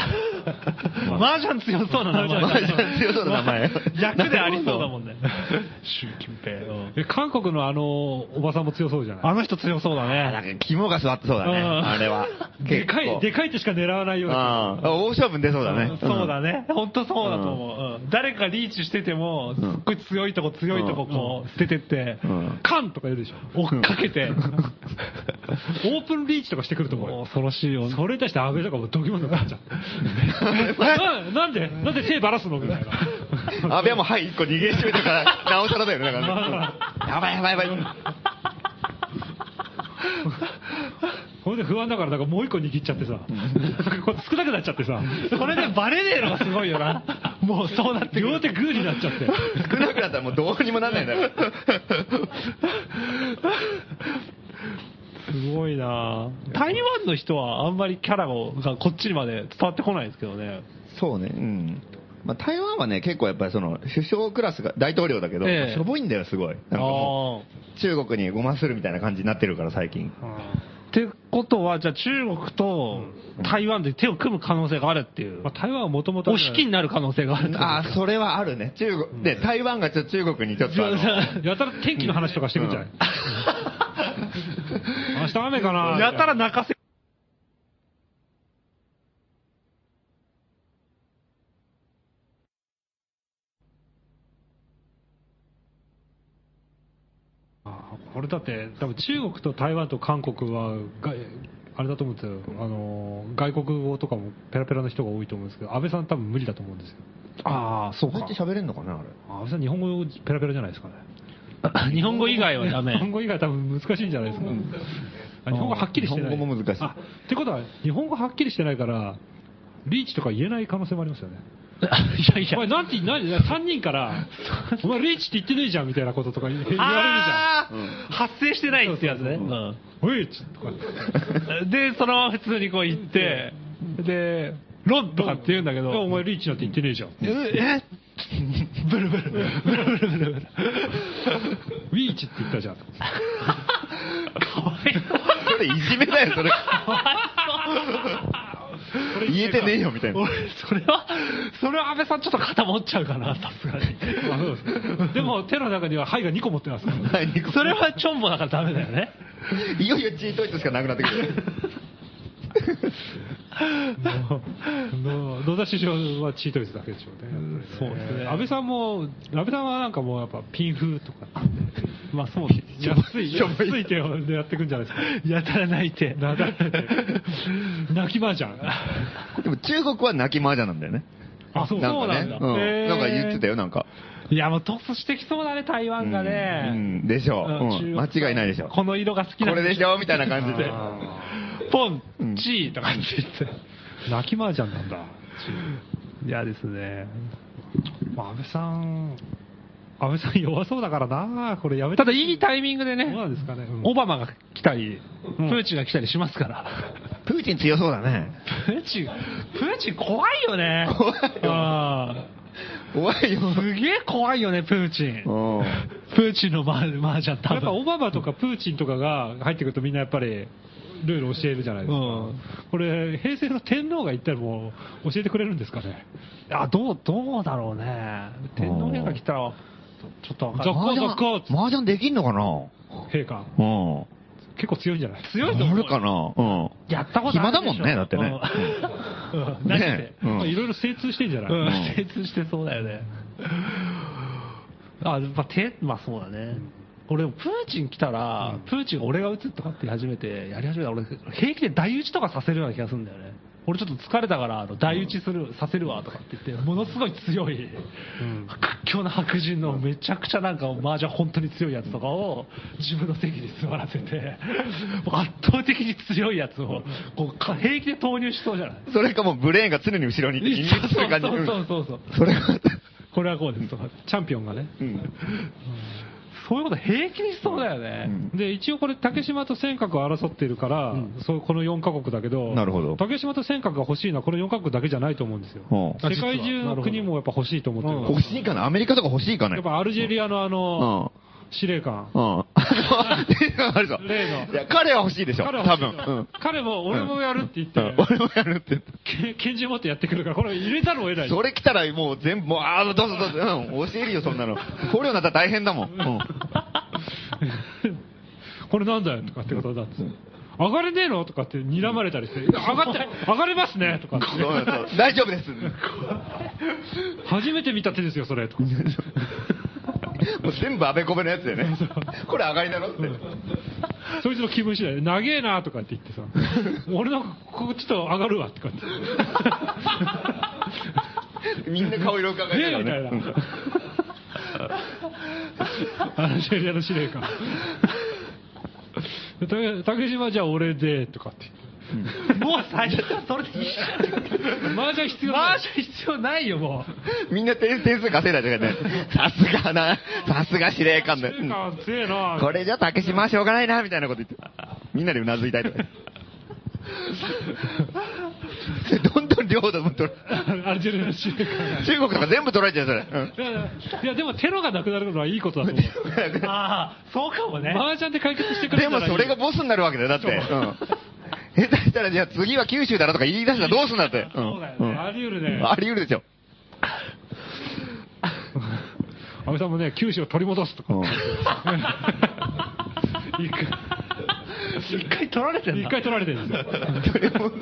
Speaker 2: ージャン強そうな名前
Speaker 3: マージャン強そうな名前。
Speaker 2: 役でありそうだもんね。 習近平。うん
Speaker 1: え韓国のあの、おばさんも強そうじゃない
Speaker 2: あの人強そうだ
Speaker 3: なん
Speaker 2: ね。
Speaker 3: か肝が座ってそうだね、
Speaker 2: うん
Speaker 3: あれは。
Speaker 1: でかい、で
Speaker 3: かい。
Speaker 1: かいってしか狙わないような。
Speaker 3: ああ、大勝負に出そうだね。
Speaker 2: そうだね。本当そうだと思ううん。誰かリーチしてても、すっごい強いとこ強いとここう、捨ててって
Speaker 3: うん、
Speaker 2: カンとか言うでしょ。追っか けて。
Speaker 1: オープンリーチとかしてくると思う
Speaker 2: もう
Speaker 1: よ。
Speaker 2: 恐ろしいよね。
Speaker 1: それに対して安倍とかもドキモンに なっちゃう。ななんでなんで手ばらすのみたいな。
Speaker 3: うん。安倍はもう、はい、一個逃げしてみた から、なおさらだよね、だからね。やばいやばいやばい。
Speaker 1: ほんで不安だから、なんかもう一個握っちゃってさ。これ少なくなっちゃってさ。
Speaker 2: それでバレねえのがすごいよ な。もうそうなってくる
Speaker 1: 両手グーになっちゃって。
Speaker 3: 少なくなったらもうどうにもなんないんだよ。
Speaker 2: すごいなぁ台湾の人はあんまりキャラがこっちにまで伝わってこないですけどね。
Speaker 3: そうね、うん。まあ、台湾はね、結構やっぱりその、首相クラスが大統領だけど、
Speaker 2: ええ
Speaker 3: しょぼいんだよ、すごい。なんかも
Speaker 2: ああ。
Speaker 3: う、中国にごまするみたいな感じになってるから、最近。
Speaker 2: ってことは、じゃあ中国と台湾で手を組む可能性があるっていう
Speaker 1: ま。あ、台湾はもともと。
Speaker 2: お引きにな る可能性があるってこと
Speaker 3: ああ、それはあるね。中国、で、台湾がちょっと中国にちょっとあの、
Speaker 1: やたら天気の話とかしてくんじゃない、明日雨かな
Speaker 2: やたら泣かせ。
Speaker 1: あこれだって、多分中国と台湾と韓国は、があれだと思うんですよ、あの外国語とかもペラペラの人が多いと思うんですけど、安倍さん、多分無理だと思うんですよ、
Speaker 2: ああ、そう
Speaker 3: こうやって喋れるのかな、あれ。
Speaker 1: 安倍さん、日本語ペラペラじゃないですかね、
Speaker 2: か。 日本語以外はダ
Speaker 1: 日本
Speaker 2: メ。
Speaker 1: 語以外、多分難しいんじゃないですか、あ日本語はっきりしてない、
Speaker 3: 日本語も難しい
Speaker 1: あってことは、日本語はっきりしてないから、リーチとか言えない可能性もありますよね。
Speaker 2: いやい
Speaker 1: お前
Speaker 2: や。
Speaker 1: なんて、なんで、3 人から、お前リーチって言ってねえじゃんみたいなこととか言われるじゃ
Speaker 2: あー発生してないってやつね。うん
Speaker 1: ん。ウィッチとか。
Speaker 2: で、そのまま普通にこう行って、で、ロンとかって言うんだけど、
Speaker 1: お前リーチなんて言ってねえじゃん。
Speaker 2: えブルブル、ブルブルブルブル。
Speaker 1: ウィーチって言ったじゃん。
Speaker 2: かわい
Speaker 3: それいじめだよ、 それ。言えてねえよ、みたいな。
Speaker 2: 俺、それは、それは安倍さんちょっと肩持っちゃうかな、さす がに。
Speaker 1: あそうですでも手の中には肺が2個持ってますから。
Speaker 3: はいニコ
Speaker 2: それはチョンボだからダメだよね。
Speaker 3: いよいよチートイツしかなくなってくる。
Speaker 1: の野田首相はチートイズだけでしょうね。
Speaker 2: そうですね
Speaker 1: 安倍さんも、安倍さんはなんかもうやっぱピン風とか、
Speaker 2: まあそうですね。
Speaker 1: 安い、安い手をやってくんじゃないですか。
Speaker 2: やたら泣いて。
Speaker 1: なだって泣きまじゃん。
Speaker 3: でも中国は泣き麻雀なんだよね。
Speaker 1: あ、そう
Speaker 3: なんかね。
Speaker 2: そうなんだ
Speaker 3: う
Speaker 2: へ
Speaker 3: ん。
Speaker 2: ー
Speaker 3: なんか言ってたよ、なんか。
Speaker 2: いや、もう突してきそうだね、 台湾が
Speaker 3: う
Speaker 2: ね。
Speaker 3: ん、でしょう。
Speaker 2: うん
Speaker 3: うん間違いないでしょ。こ
Speaker 2: この色が好きな
Speaker 3: れでしょみたいな感じで。
Speaker 2: ポン
Speaker 3: うん、
Speaker 2: チーとかって言って。
Speaker 1: 泣き麻雀なんだ。
Speaker 2: いやですね。
Speaker 1: まあ安倍さん、安倍さん弱そうだからな、これやめ
Speaker 2: ただ
Speaker 1: たらいい。
Speaker 2: いいタイミングで
Speaker 1: どうな
Speaker 2: ね、
Speaker 1: んですかね。うん
Speaker 2: オバマが来たり、プ
Speaker 1: ん
Speaker 2: ーチンが来たりしますから。
Speaker 3: プーチン強そうだね。
Speaker 2: プーチン、プーチン怖いよね。
Speaker 3: 怖いよ
Speaker 2: あ
Speaker 3: 怖いよ。
Speaker 2: ーすげえ怖いよね、プーチン。
Speaker 3: うん
Speaker 2: プーチンのマージャン多
Speaker 1: やっぱ
Speaker 2: 分。
Speaker 1: オバマとかプーチンとかが入ってくるとみんなやっぱりルール教えるじゃないですか、
Speaker 2: うん
Speaker 1: これ平成の天皇が行ったらもう教えてくれるんですかね
Speaker 2: あ、どう、どうだろうね。天皇陛下来たら、ちょっとわかんな
Speaker 1: ザ
Speaker 2: い。
Speaker 1: コザコ
Speaker 3: 麻雀できんのかな
Speaker 1: 陛下
Speaker 3: うん。
Speaker 1: 結構強いんじゃない
Speaker 2: 強いと
Speaker 3: あ
Speaker 2: 思う
Speaker 3: る
Speaker 2: よ。
Speaker 3: かなうん。
Speaker 2: やったことあ
Speaker 3: 暇
Speaker 2: るでしょ
Speaker 3: だもんねだってね
Speaker 2: うんうん。何して
Speaker 3: ね。えうん
Speaker 1: いろいろ精通してんじゃない、
Speaker 2: うん
Speaker 3: ん、
Speaker 2: 精通してそうだよね。あ、まあ、手、まあそうだね。俺、プーチン来たら、プーチンが俺が打つとかって言い始めて、やり始めたら俺、平気で台打ちとかさせるような気がするんだよね。俺ちょっと疲れたから、あの台打ちする、させるわとかって言って、ものすごい強い、屈強な白人のめちゃくちゃなんか麻雀本当に強いやつとかを自分の席に座らせて、もう圧倒的に強いやつを、こうか平気で投入しそうじゃない
Speaker 3: それかもうブレーンが常に後ろにいて、
Speaker 2: そう
Speaker 3: する感じ。
Speaker 2: そうそう
Speaker 3: う
Speaker 2: そうそう。
Speaker 3: んそれが、
Speaker 2: これはこうですとか。
Speaker 1: チャンピオンがね
Speaker 3: うん。
Speaker 2: そういうこと平気にしそうだよね。
Speaker 1: で一応これ竹島と尖閣を争っているから、そうこの4カ国だけど
Speaker 3: なるほど
Speaker 1: 竹島と尖閣が欲しいのはこの4カ国だけじゃないと思うんですよ、
Speaker 3: うん
Speaker 1: 世界中の国もやっぱ欲しいと思ってるから
Speaker 3: 欲しいかなアメリカとか欲しいかね
Speaker 1: やっぱアルジェリアのあの、
Speaker 3: うん
Speaker 1: 司令官。
Speaker 3: うん。あのあれでしょ
Speaker 1: 例の
Speaker 3: いや、彼は欲しいでしょ。
Speaker 1: 彼
Speaker 3: 多
Speaker 1: は欲しいでしょ
Speaker 3: 分。
Speaker 1: 彼も俺もやるって言っ
Speaker 3: う
Speaker 1: て、
Speaker 3: ん。俺もやるって。
Speaker 1: け拳銃持ってやってくるから、これ入れたらを得ない。
Speaker 3: それ来たらもう全部、もう、ああ、どうぞどうぞ。うん、教えるよ、そんなの。捕虜になったら大変だもん。うん。
Speaker 1: これなんだよとかってことだって。上がれねえのとかって睨まれたりして、いや上がって、上がれますねとかって
Speaker 3: そうそう大丈夫です。
Speaker 1: 初めて見た手ですよ、それとか。
Speaker 3: もう全部あべこべのやつだよね。これ上がりだろって。
Speaker 1: そいつの気分次第で、長えなとかって言ってさ、俺のここちょっと上がるわとかって。
Speaker 3: みんな顔色を伺い
Speaker 1: ね
Speaker 3: な
Speaker 1: えみ
Speaker 3: が
Speaker 1: たい
Speaker 3: ら
Speaker 1: な
Speaker 3: ね。うん。
Speaker 1: アナジェリアの司令官。で竹竹島じゃあ俺でとかって
Speaker 4: もう最初からそれでいいじゃん
Speaker 1: 言って。マージャン必要
Speaker 4: マ
Speaker 1: な
Speaker 4: ー
Speaker 1: い
Speaker 4: ジャン必要ないよ、も
Speaker 3: みんな点点数稼いだじゃね。 さすがな、さすが司令官だ。
Speaker 1: 司令官は強えな
Speaker 3: これじゃ竹島はしょうがないな、みたいなこと言って。みんなでうなずいたいとか。 どんどん領土も取ら
Speaker 1: アルジェリアの司令官。
Speaker 3: 中国とか全部取られちゃう、それ。うん
Speaker 1: いやいやいや、でもテロがなくなるのはいいことだと思う。
Speaker 4: う。ああ、そうかもね。
Speaker 1: 麻雀で解決してくれ
Speaker 3: で
Speaker 1: る
Speaker 3: も
Speaker 1: ならいい
Speaker 3: それがボスになるわけだよ、だって。うん下手したら、じゃあ次は九州だなとか言い出したらどうすんだって。うん
Speaker 1: そうだよね
Speaker 3: うん
Speaker 1: あり得るね
Speaker 3: あり得るでしょ。
Speaker 1: 安倍さんもね、九州を取り戻すと か。一回
Speaker 4: 一回取られてん
Speaker 1: 一
Speaker 4: だ。
Speaker 1: 回取られてるんですよ。
Speaker 3: もう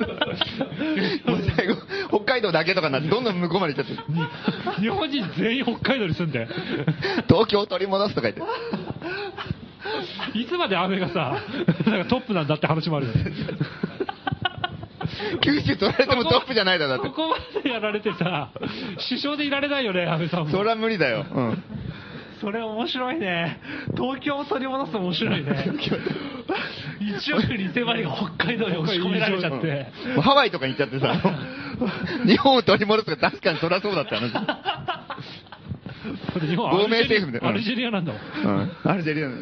Speaker 3: 最後、北海道だけとかになって、どんどん向こうまで行っ ちゃって。
Speaker 1: 日本人全員北海道に住んで、
Speaker 3: 東京を取り戻すとか言って。
Speaker 1: いつまで安倍がさ、なんかトップなんだって話もあるよね。
Speaker 3: 九州取られてもトップじゃないだろ、だって
Speaker 1: こ。こまでやられてさ、首相でいられないよね、安倍さんも。
Speaker 3: それは無理だよ。うん。
Speaker 4: それ面白いね。東京を取り戻すの面白いね。 一億2000万人が北海道に押し込められちゃって。
Speaker 3: もうハワイとかに行っちゃってさ、日本を取り戻すとか確かにそりゃそうだって話。
Speaker 1: だって日本は
Speaker 3: 亡命政府みたいな
Speaker 1: アルジェリアなんだもん。
Speaker 3: うん。アルジェリアの、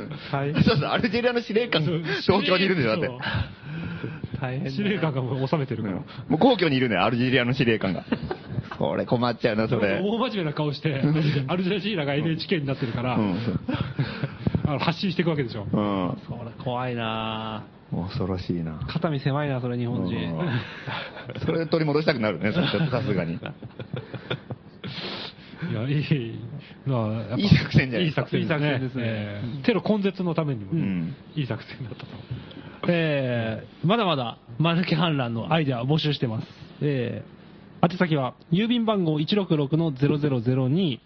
Speaker 3: そうそう、アルジェリアの司令官、東京にいるんだよ、だって。
Speaker 4: 大変
Speaker 1: 司令官がもう収めてる
Speaker 3: う
Speaker 1: か
Speaker 3: ん
Speaker 1: ら。
Speaker 3: もう皇居にいるね、アルジェリアの司令官が。これ困っちゃうな、それ。
Speaker 1: 大真面目な 顔して、アルジャジーラが NHK になってるから、
Speaker 3: うん
Speaker 1: あの発信していくわけでしょ。
Speaker 3: うん。
Speaker 4: それ怖いな
Speaker 3: 恐ろしいな。
Speaker 4: 肩身狭いなそれ日本人。
Speaker 3: それ取り戻したくなるね、それちょっとさすがに。
Speaker 1: いや、いい、まあやっぱ
Speaker 3: いい作戦じゃない
Speaker 1: いい作戦ですね。
Speaker 4: いい作戦ですね
Speaker 1: ええテロ根絶のためにも、
Speaker 3: ん
Speaker 1: いい作戦だったと。
Speaker 4: えー、まだまだ、マヌケ反乱のアイデアを募集してます。えー、宛先は、郵便番号166-0002、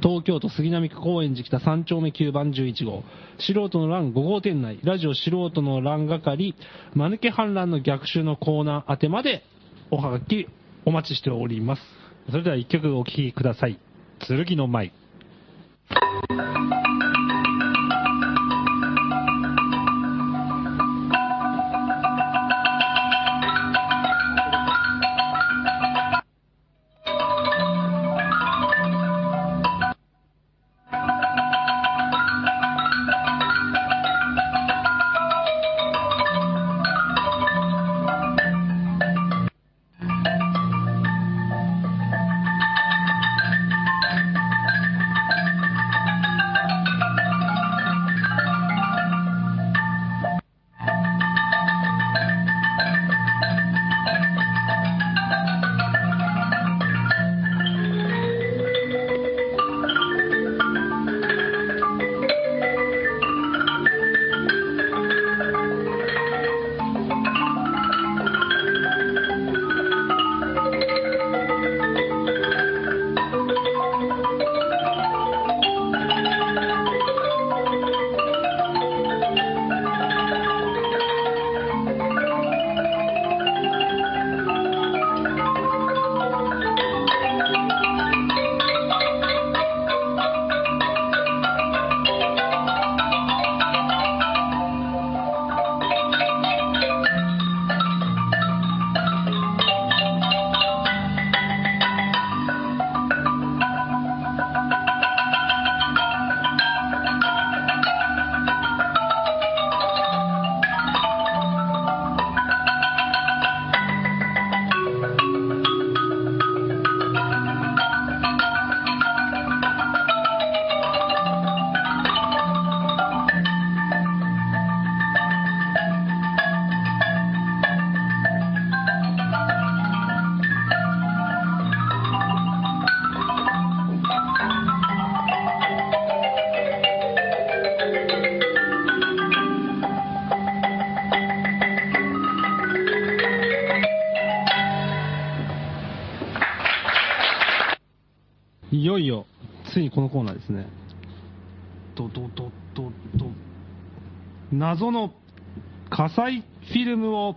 Speaker 4: 東京都杉並区高円寺北3丁目9番11号、素人の欄5号店内、ラジオ素人の欄係、マヌケ反乱の逆襲のコーナー宛てまで、おはがきお待ちしております。
Speaker 1: それでは一曲お聴きください。剣の舞。
Speaker 5: 「
Speaker 2: いよいよ、ついにこのコーナーですね。
Speaker 4: どどどどど
Speaker 2: 謎の火災フィルムを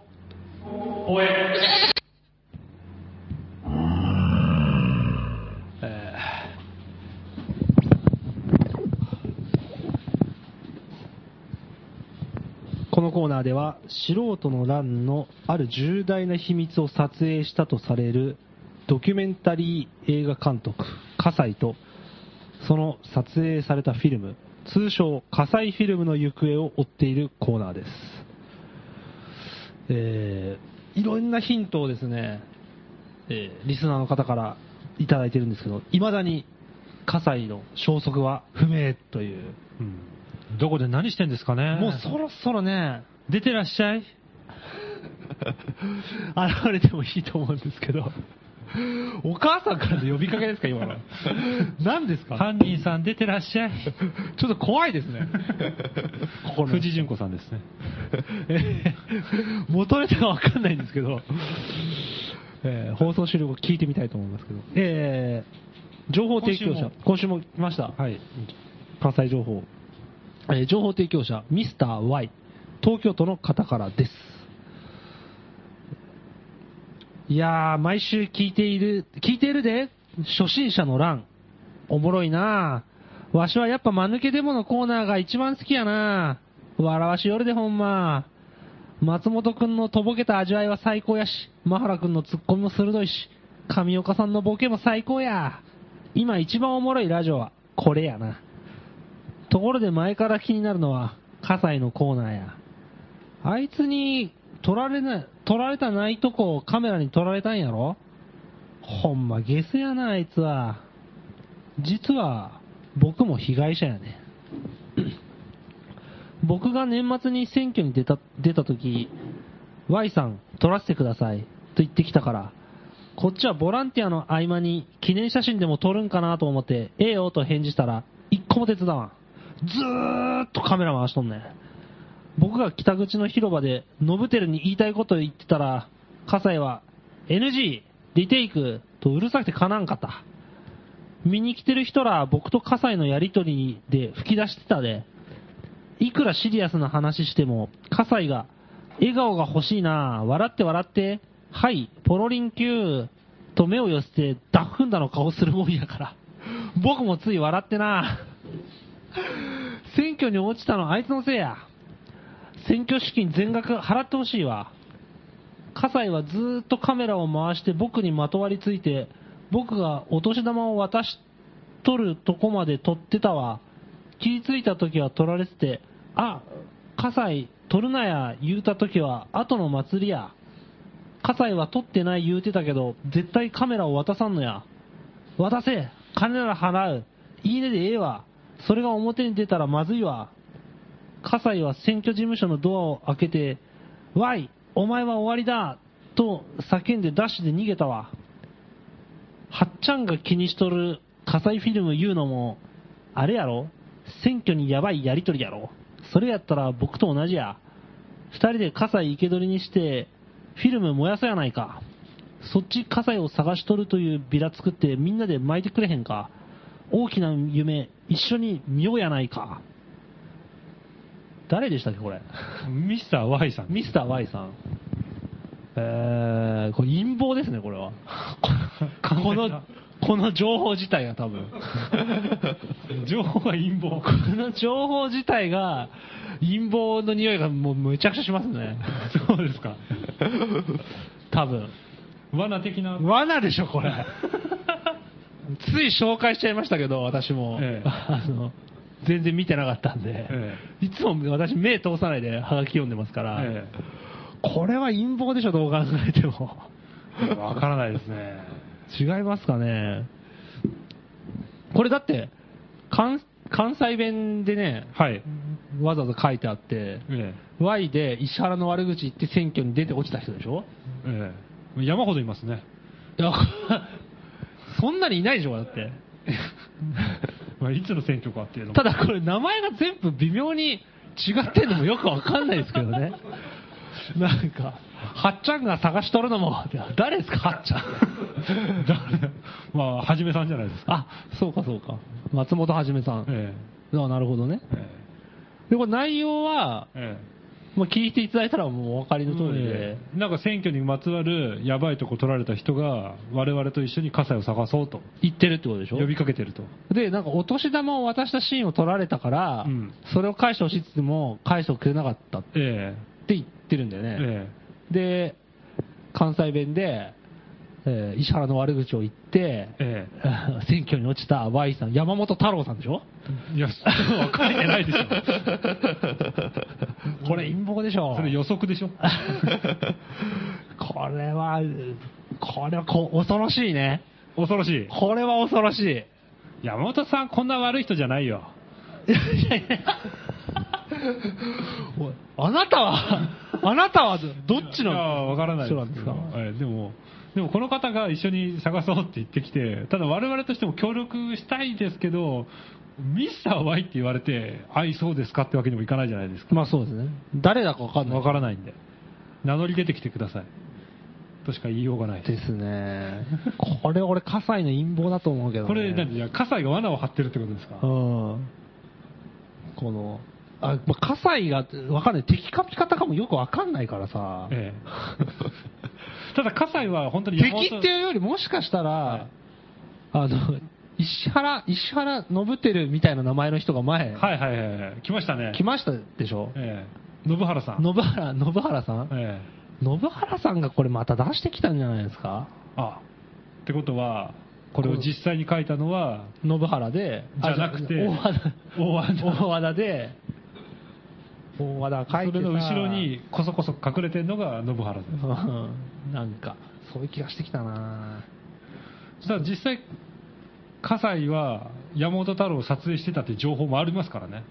Speaker 2: えーこのコーナーでは素人の乱のある重大な秘密を撮影したとされるドキュメンタリー映画監督葛西とその撮影されたフィルム通称火災フィルムの行方を追っているコーナーですえーいろんなヒントをですね、えーリスナーの方からいただいてるんですけど、いまだに葛西の消息は不明という、
Speaker 1: うんどこで何してんですかね。
Speaker 2: もうそろそろね、
Speaker 1: 出てらっし ゃい。
Speaker 2: 現れてもいいと思うんですけど、お母さんからの呼びかけですか、 今の。何ですか
Speaker 1: 犯人さん出てらっしゃい。
Speaker 2: ちょっと怖いですね。ここの
Speaker 1: 藤純子さんですね。
Speaker 2: えー 元ネタがわかんないんですけど、えー放送終了後聞いてみたいと思いますけど、えー情報提供者、今週も来ました。
Speaker 1: はい。
Speaker 2: 関西情報、えー情報提供者ミスター y 東京都の方からですいやー毎週聞いている聞いているで初心者の欄おもろいなあわしはやっぱ間抜けデモのコーナーが一番好きやなあ笑わし夜でほんま松本くんのとぼけた味わいは最高やし、真原くんのツッコミも鋭いし、上岡さんのボケも最高や。今一番おもろいラジオはこれやな。ところで前から気になるのは、葛西のコーナーや。あいつに、取られな、取られたないとこをカメラに取られたんやろほんまゲスやな、あいつは。実は、僕も被害者やね。 僕が年末に選挙に出た、出た時、Y さん、撮らせてください、と言ってきたから、こっちはボランティアの合間に記念写真でも撮るんかなと思って、ええよと返事したら、一個も手伝わん。ずーっとカメラ回しとんねん。僕が北口の広場で、ノブテルに言いたいこと言ってたら、葛西は、NG! リテイクとうるさくてかなんかった。見に来てる人ら、僕と葛西のやりとりで吹き出してたで。いくらシリアスな話しても、葛西が、笑顔が欲しいな、笑って笑って、はい、ポロリン級、と目を寄せて、ダッフンダの顔するもんやから。僕もつい笑ってな。選挙に落ちたのあいつのせいや。選挙資金全額払ってほしいわ。葛西はずーっとカメラを回して僕にまとわりついて、僕がお年玉を渡しとるとこまで撮ってたわ。気ぃついた時は撮られてて、あ、葛西撮るなや言うた時は後の祭りや。葛西は撮ってない言うてたけど、絶対カメラを渡さんのや。渡せ金なら払ういいねでええわそれが表に出たらまずいわ葛西は選挙事務所のドアを開けて「わいお前は終わりだ!」と叫んでダッシュで逃げたわはっちゃんが気にしとる葛西フィルム言うのもあれやろ選挙にやばいやりとりやろそれやったら僕と同じや二人で葛西生け捕りにしてフィルム燃やそうやないかそっち火災を探しとるというビラ作ってみんなで巻いてくれへんか大きな夢一緒に見ようやないか誰でしたっけこれ
Speaker 1: ミスター Y さん。
Speaker 2: ミスター Y さんえー、これ陰謀ですねこれ はこのこの情報自体が多 分
Speaker 1: 情報が陰謀。
Speaker 2: この情報自体が陰謀の匂いがもうむちゃくちゃしますねそうですか多分
Speaker 1: 罠的な。
Speaker 2: 罠でしょ、これ。つい紹介しちゃいましたけど、私も。
Speaker 1: ええ
Speaker 2: あの全然見てなかったんで、
Speaker 1: え
Speaker 2: いつも私目通さないでハガキ読んでますから、
Speaker 1: え
Speaker 2: これは陰謀でしょ、どう考えても。
Speaker 1: えわからないですね。
Speaker 2: 違いますかね。これだって、関関西弁でね、
Speaker 1: はい。
Speaker 2: わざわざ書いてあって、
Speaker 1: え
Speaker 2: Y で石原の悪口言って選挙に出て落ちた人でしょ
Speaker 1: えええ山ほどいますね。
Speaker 2: いや、 そんなにいないでしょ、だ って。
Speaker 1: まあ、いつの選挙かっていうのも
Speaker 2: ただこれ名前が全部微妙に違ってんのもよくわかんないですけど ね。なんか、はっちゃんが探しとるのも、誰ですか、はっちゃん。
Speaker 1: まあ、はじめさんじゃないですか。
Speaker 2: あ、そうかそうか。松本はじめさん。
Speaker 1: え
Speaker 2: あなるほどね。
Speaker 1: ええ
Speaker 2: で、これ内容は、
Speaker 1: えええ
Speaker 2: まあ、聞いていただいたらもうお分かりの通りで
Speaker 1: え、えなんか選挙にまつわるやばいとこ取られた人が、我々と一緒に火災を探そうと、
Speaker 2: 言ってるってことでしょ
Speaker 1: 呼びかけてると。
Speaker 2: で、なんかお年玉を渡したシーンを取られたから、
Speaker 1: うん
Speaker 2: それを返してほしいって言っても、返してくれなかったって
Speaker 1: え
Speaker 2: 言ってるんだよ
Speaker 1: え
Speaker 2: ね。
Speaker 1: え
Speaker 2: で、関西弁で、えー石原の悪口を言って、
Speaker 1: え
Speaker 2: 選挙に落ちた Y さん、山本太郎さんでしょ
Speaker 1: えいや、分かってないでし ょ。
Speaker 2: これ陰謀でしょ。
Speaker 1: それ予測でしょ。
Speaker 2: これは、これはこ恐ろしいね。
Speaker 1: 恐ろしい。
Speaker 2: これは恐ろしい。
Speaker 1: 山本さん、こんな悪い人じゃないよ。
Speaker 2: おいあなたは、あなたはどっち
Speaker 1: いや
Speaker 2: の
Speaker 1: わからない
Speaker 2: 人
Speaker 1: で
Speaker 2: な
Speaker 1: す
Speaker 2: ん
Speaker 1: け
Speaker 2: です
Speaker 1: ど
Speaker 2: か
Speaker 1: ええでも、でもこの方が一緒に探そうって言ってきて、ただ我々としても協力したいですけど、ミスター Y って言われて、愛そうですかってわけにもいかないじゃないですか。
Speaker 2: まあそうですね。誰だかわかんない。
Speaker 1: わからないんで。名乗り出てきてください。としか言いようがない。
Speaker 2: ですね。 これ俺、葛西の陰謀だと思うけど、ね。
Speaker 1: これ、何いや、葛西が罠を張ってるってことですか
Speaker 2: うん。この、あ、まあ、葛西が、わかんない。敵か味方かもよくわかんないからさ。
Speaker 1: ええ。ただ、葛西 は本当に山本
Speaker 2: 敵っていうよりもしかしたら、
Speaker 1: はい
Speaker 2: あの、石原、石原信輝みたいな名前の人が前、
Speaker 1: はいはいはいはい。来ましたね。
Speaker 2: 来ましたでしょ、
Speaker 1: ええ。信原さん。
Speaker 2: 信原、信原さん、
Speaker 1: ええ。
Speaker 2: 信原さんがこれまた出してきたんじゃないですか
Speaker 1: あってことは、これを実際に書いたのは、
Speaker 2: 信原で、
Speaker 1: じゃなくて
Speaker 2: あじゃ大和田、
Speaker 1: 大和田
Speaker 2: 大和田で、大和田
Speaker 1: そ
Speaker 2: 書いて
Speaker 1: れ
Speaker 2: さ
Speaker 1: の後ろにこそこそ隠れてるのが信原です。
Speaker 2: うんなんか、そういう気がしてきたな
Speaker 1: ただ実際、葛西は山本太郎を撮影してたっていう情報もありますからね。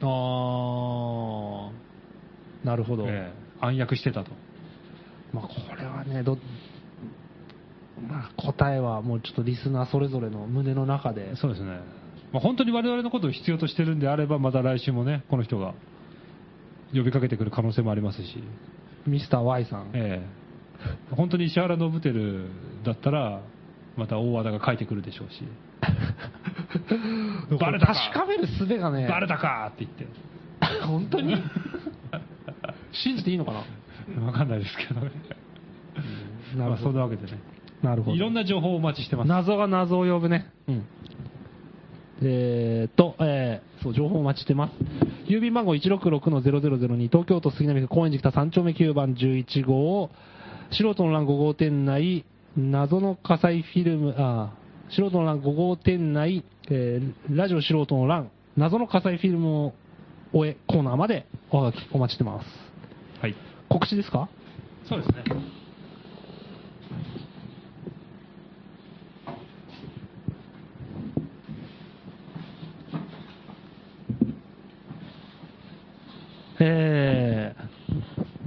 Speaker 2: あーなるほど。
Speaker 1: ええ暗躍してたと。
Speaker 2: まあ、これはね、どまあ、答えはもうちょっとリスナーそれぞれの胸の中で、
Speaker 1: そうですね。まあ、本当に我々のことを必要としてるんであれば、また来週もね、この人が呼びかけてくる可能性もありますし、
Speaker 2: ミスター Y さん、
Speaker 1: ええ本当に石原信輝だったら、また大和田が書いてくるでしょうし、 バレたか
Speaker 2: 確かめる術がね、
Speaker 1: バレたかって言って。
Speaker 2: 本当に 信じていいのかな、
Speaker 1: わかんないですけどね。
Speaker 2: な
Speaker 1: ま
Speaker 2: る
Speaker 1: あ、そ
Speaker 2: ほ
Speaker 1: ん
Speaker 2: ど、
Speaker 1: なわけでね。
Speaker 2: なるほ
Speaker 1: いろん
Speaker 2: ど
Speaker 1: な情報をお待ちしてます。
Speaker 2: 謎が謎を呼ぶね。
Speaker 1: うん。
Speaker 2: えーっと、えーそう、情報お待ちしてます。郵便番号166-0002、東京都杉並区高円寺北3丁目9番11号、素人の欄5号店内、謎の火災フィルム、あー素人の欄5号店内、えーラジオ素人の欄、謎の火災フィルムを終え、コーナーまでおはがきお待ちしてます。
Speaker 1: はい。
Speaker 2: 告知ですか
Speaker 1: そうですね。
Speaker 2: え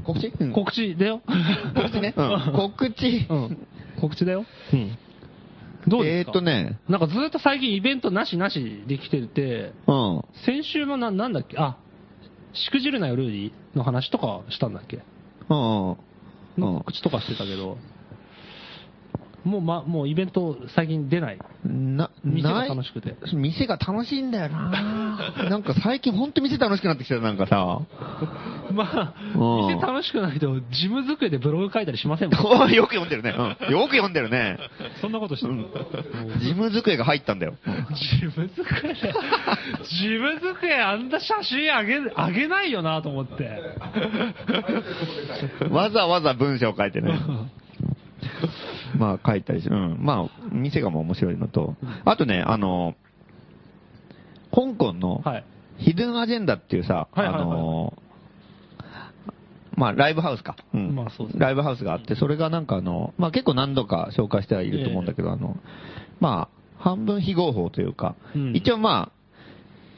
Speaker 3: 告知、うん
Speaker 2: ー、告知だよ。
Speaker 3: 告知ね。うん告知。
Speaker 2: うん、告知だよ。どうですか
Speaker 3: えーっとね、
Speaker 2: なんかずっと最近イベントなしなしできてて、
Speaker 3: うん。
Speaker 2: 先週もななんだっけ、あ、しくじるなよルーリーの話とかしたんだっけ、
Speaker 3: うん。
Speaker 2: の告知とかしてたけど、もう,、ま、もうイベント最近出ない。
Speaker 3: うん。な、
Speaker 2: 店が
Speaker 3: ない
Speaker 2: 楽しくて。
Speaker 3: 店が楽しいんだよな なんか最近ほんと店楽しくなってきたよなんかさ。
Speaker 2: まあ、
Speaker 3: うん
Speaker 2: 店楽しくないと、事務机でブログ書いたりしませんも ん。
Speaker 3: おい よく読んでるね。うんよく読んでるね。
Speaker 1: そんなことしてる、
Speaker 3: 事務机が入ったんだよ。
Speaker 2: 事務 机で、事務机あんな写真あげ、あげないよなと思って。
Speaker 3: わざわざ文章を書いてね。 まあ書いたりし、うん。まあ、店がもう面白いのと。あとね、あの、香港の
Speaker 2: はい。
Speaker 3: ヒドゥンアジェンダっていうさ、
Speaker 2: はいはいはい
Speaker 3: あの、まあライブハウスか。うん
Speaker 2: まあそうですね
Speaker 3: ライブハウスがあって、それがなんかあの、まあ結構何度か紹介してはいると思うんだけど、あの、まあ、半分非合法というか、
Speaker 2: うん
Speaker 3: 一応ま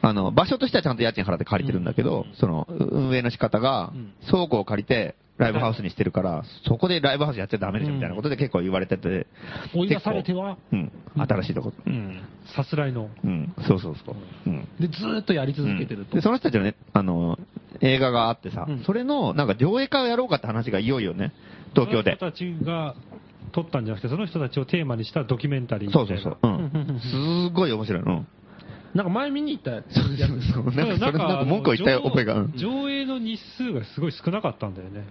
Speaker 3: あ、あの、場所としてはちゃんと家賃払って借りてるんだけど、その、う運営の仕方が
Speaker 2: うん、
Speaker 3: 倉庫を借りて、ライブハウスにしてるから、そこでライブハウスやっちゃダメでしょみたいなことで結構言われてて、
Speaker 2: 追い出されては、
Speaker 3: うん、新しいとこ、
Speaker 1: うん。さすらいの。
Speaker 3: うん、そうそうそう、うん。
Speaker 2: で、ずーっとやり続けてると。
Speaker 3: で、その人たちのね、あの、映画があってさ、
Speaker 2: うん
Speaker 3: それの、なんか上映会をやろうかって話がいよいよね、東京で。
Speaker 1: その人たちが撮ったんじゃなくて、その人たちをテーマにしたドキュメンタリーみ
Speaker 3: そ
Speaker 1: たいうな。
Speaker 3: そうそう。うん。すごい面白い。うん。
Speaker 2: なんか前見に行ったやつ
Speaker 3: そうそうそう。なんか、それなんか文句を言ったよ、オペが。うん
Speaker 1: 上上映の日数がすごい少なかったんだよね。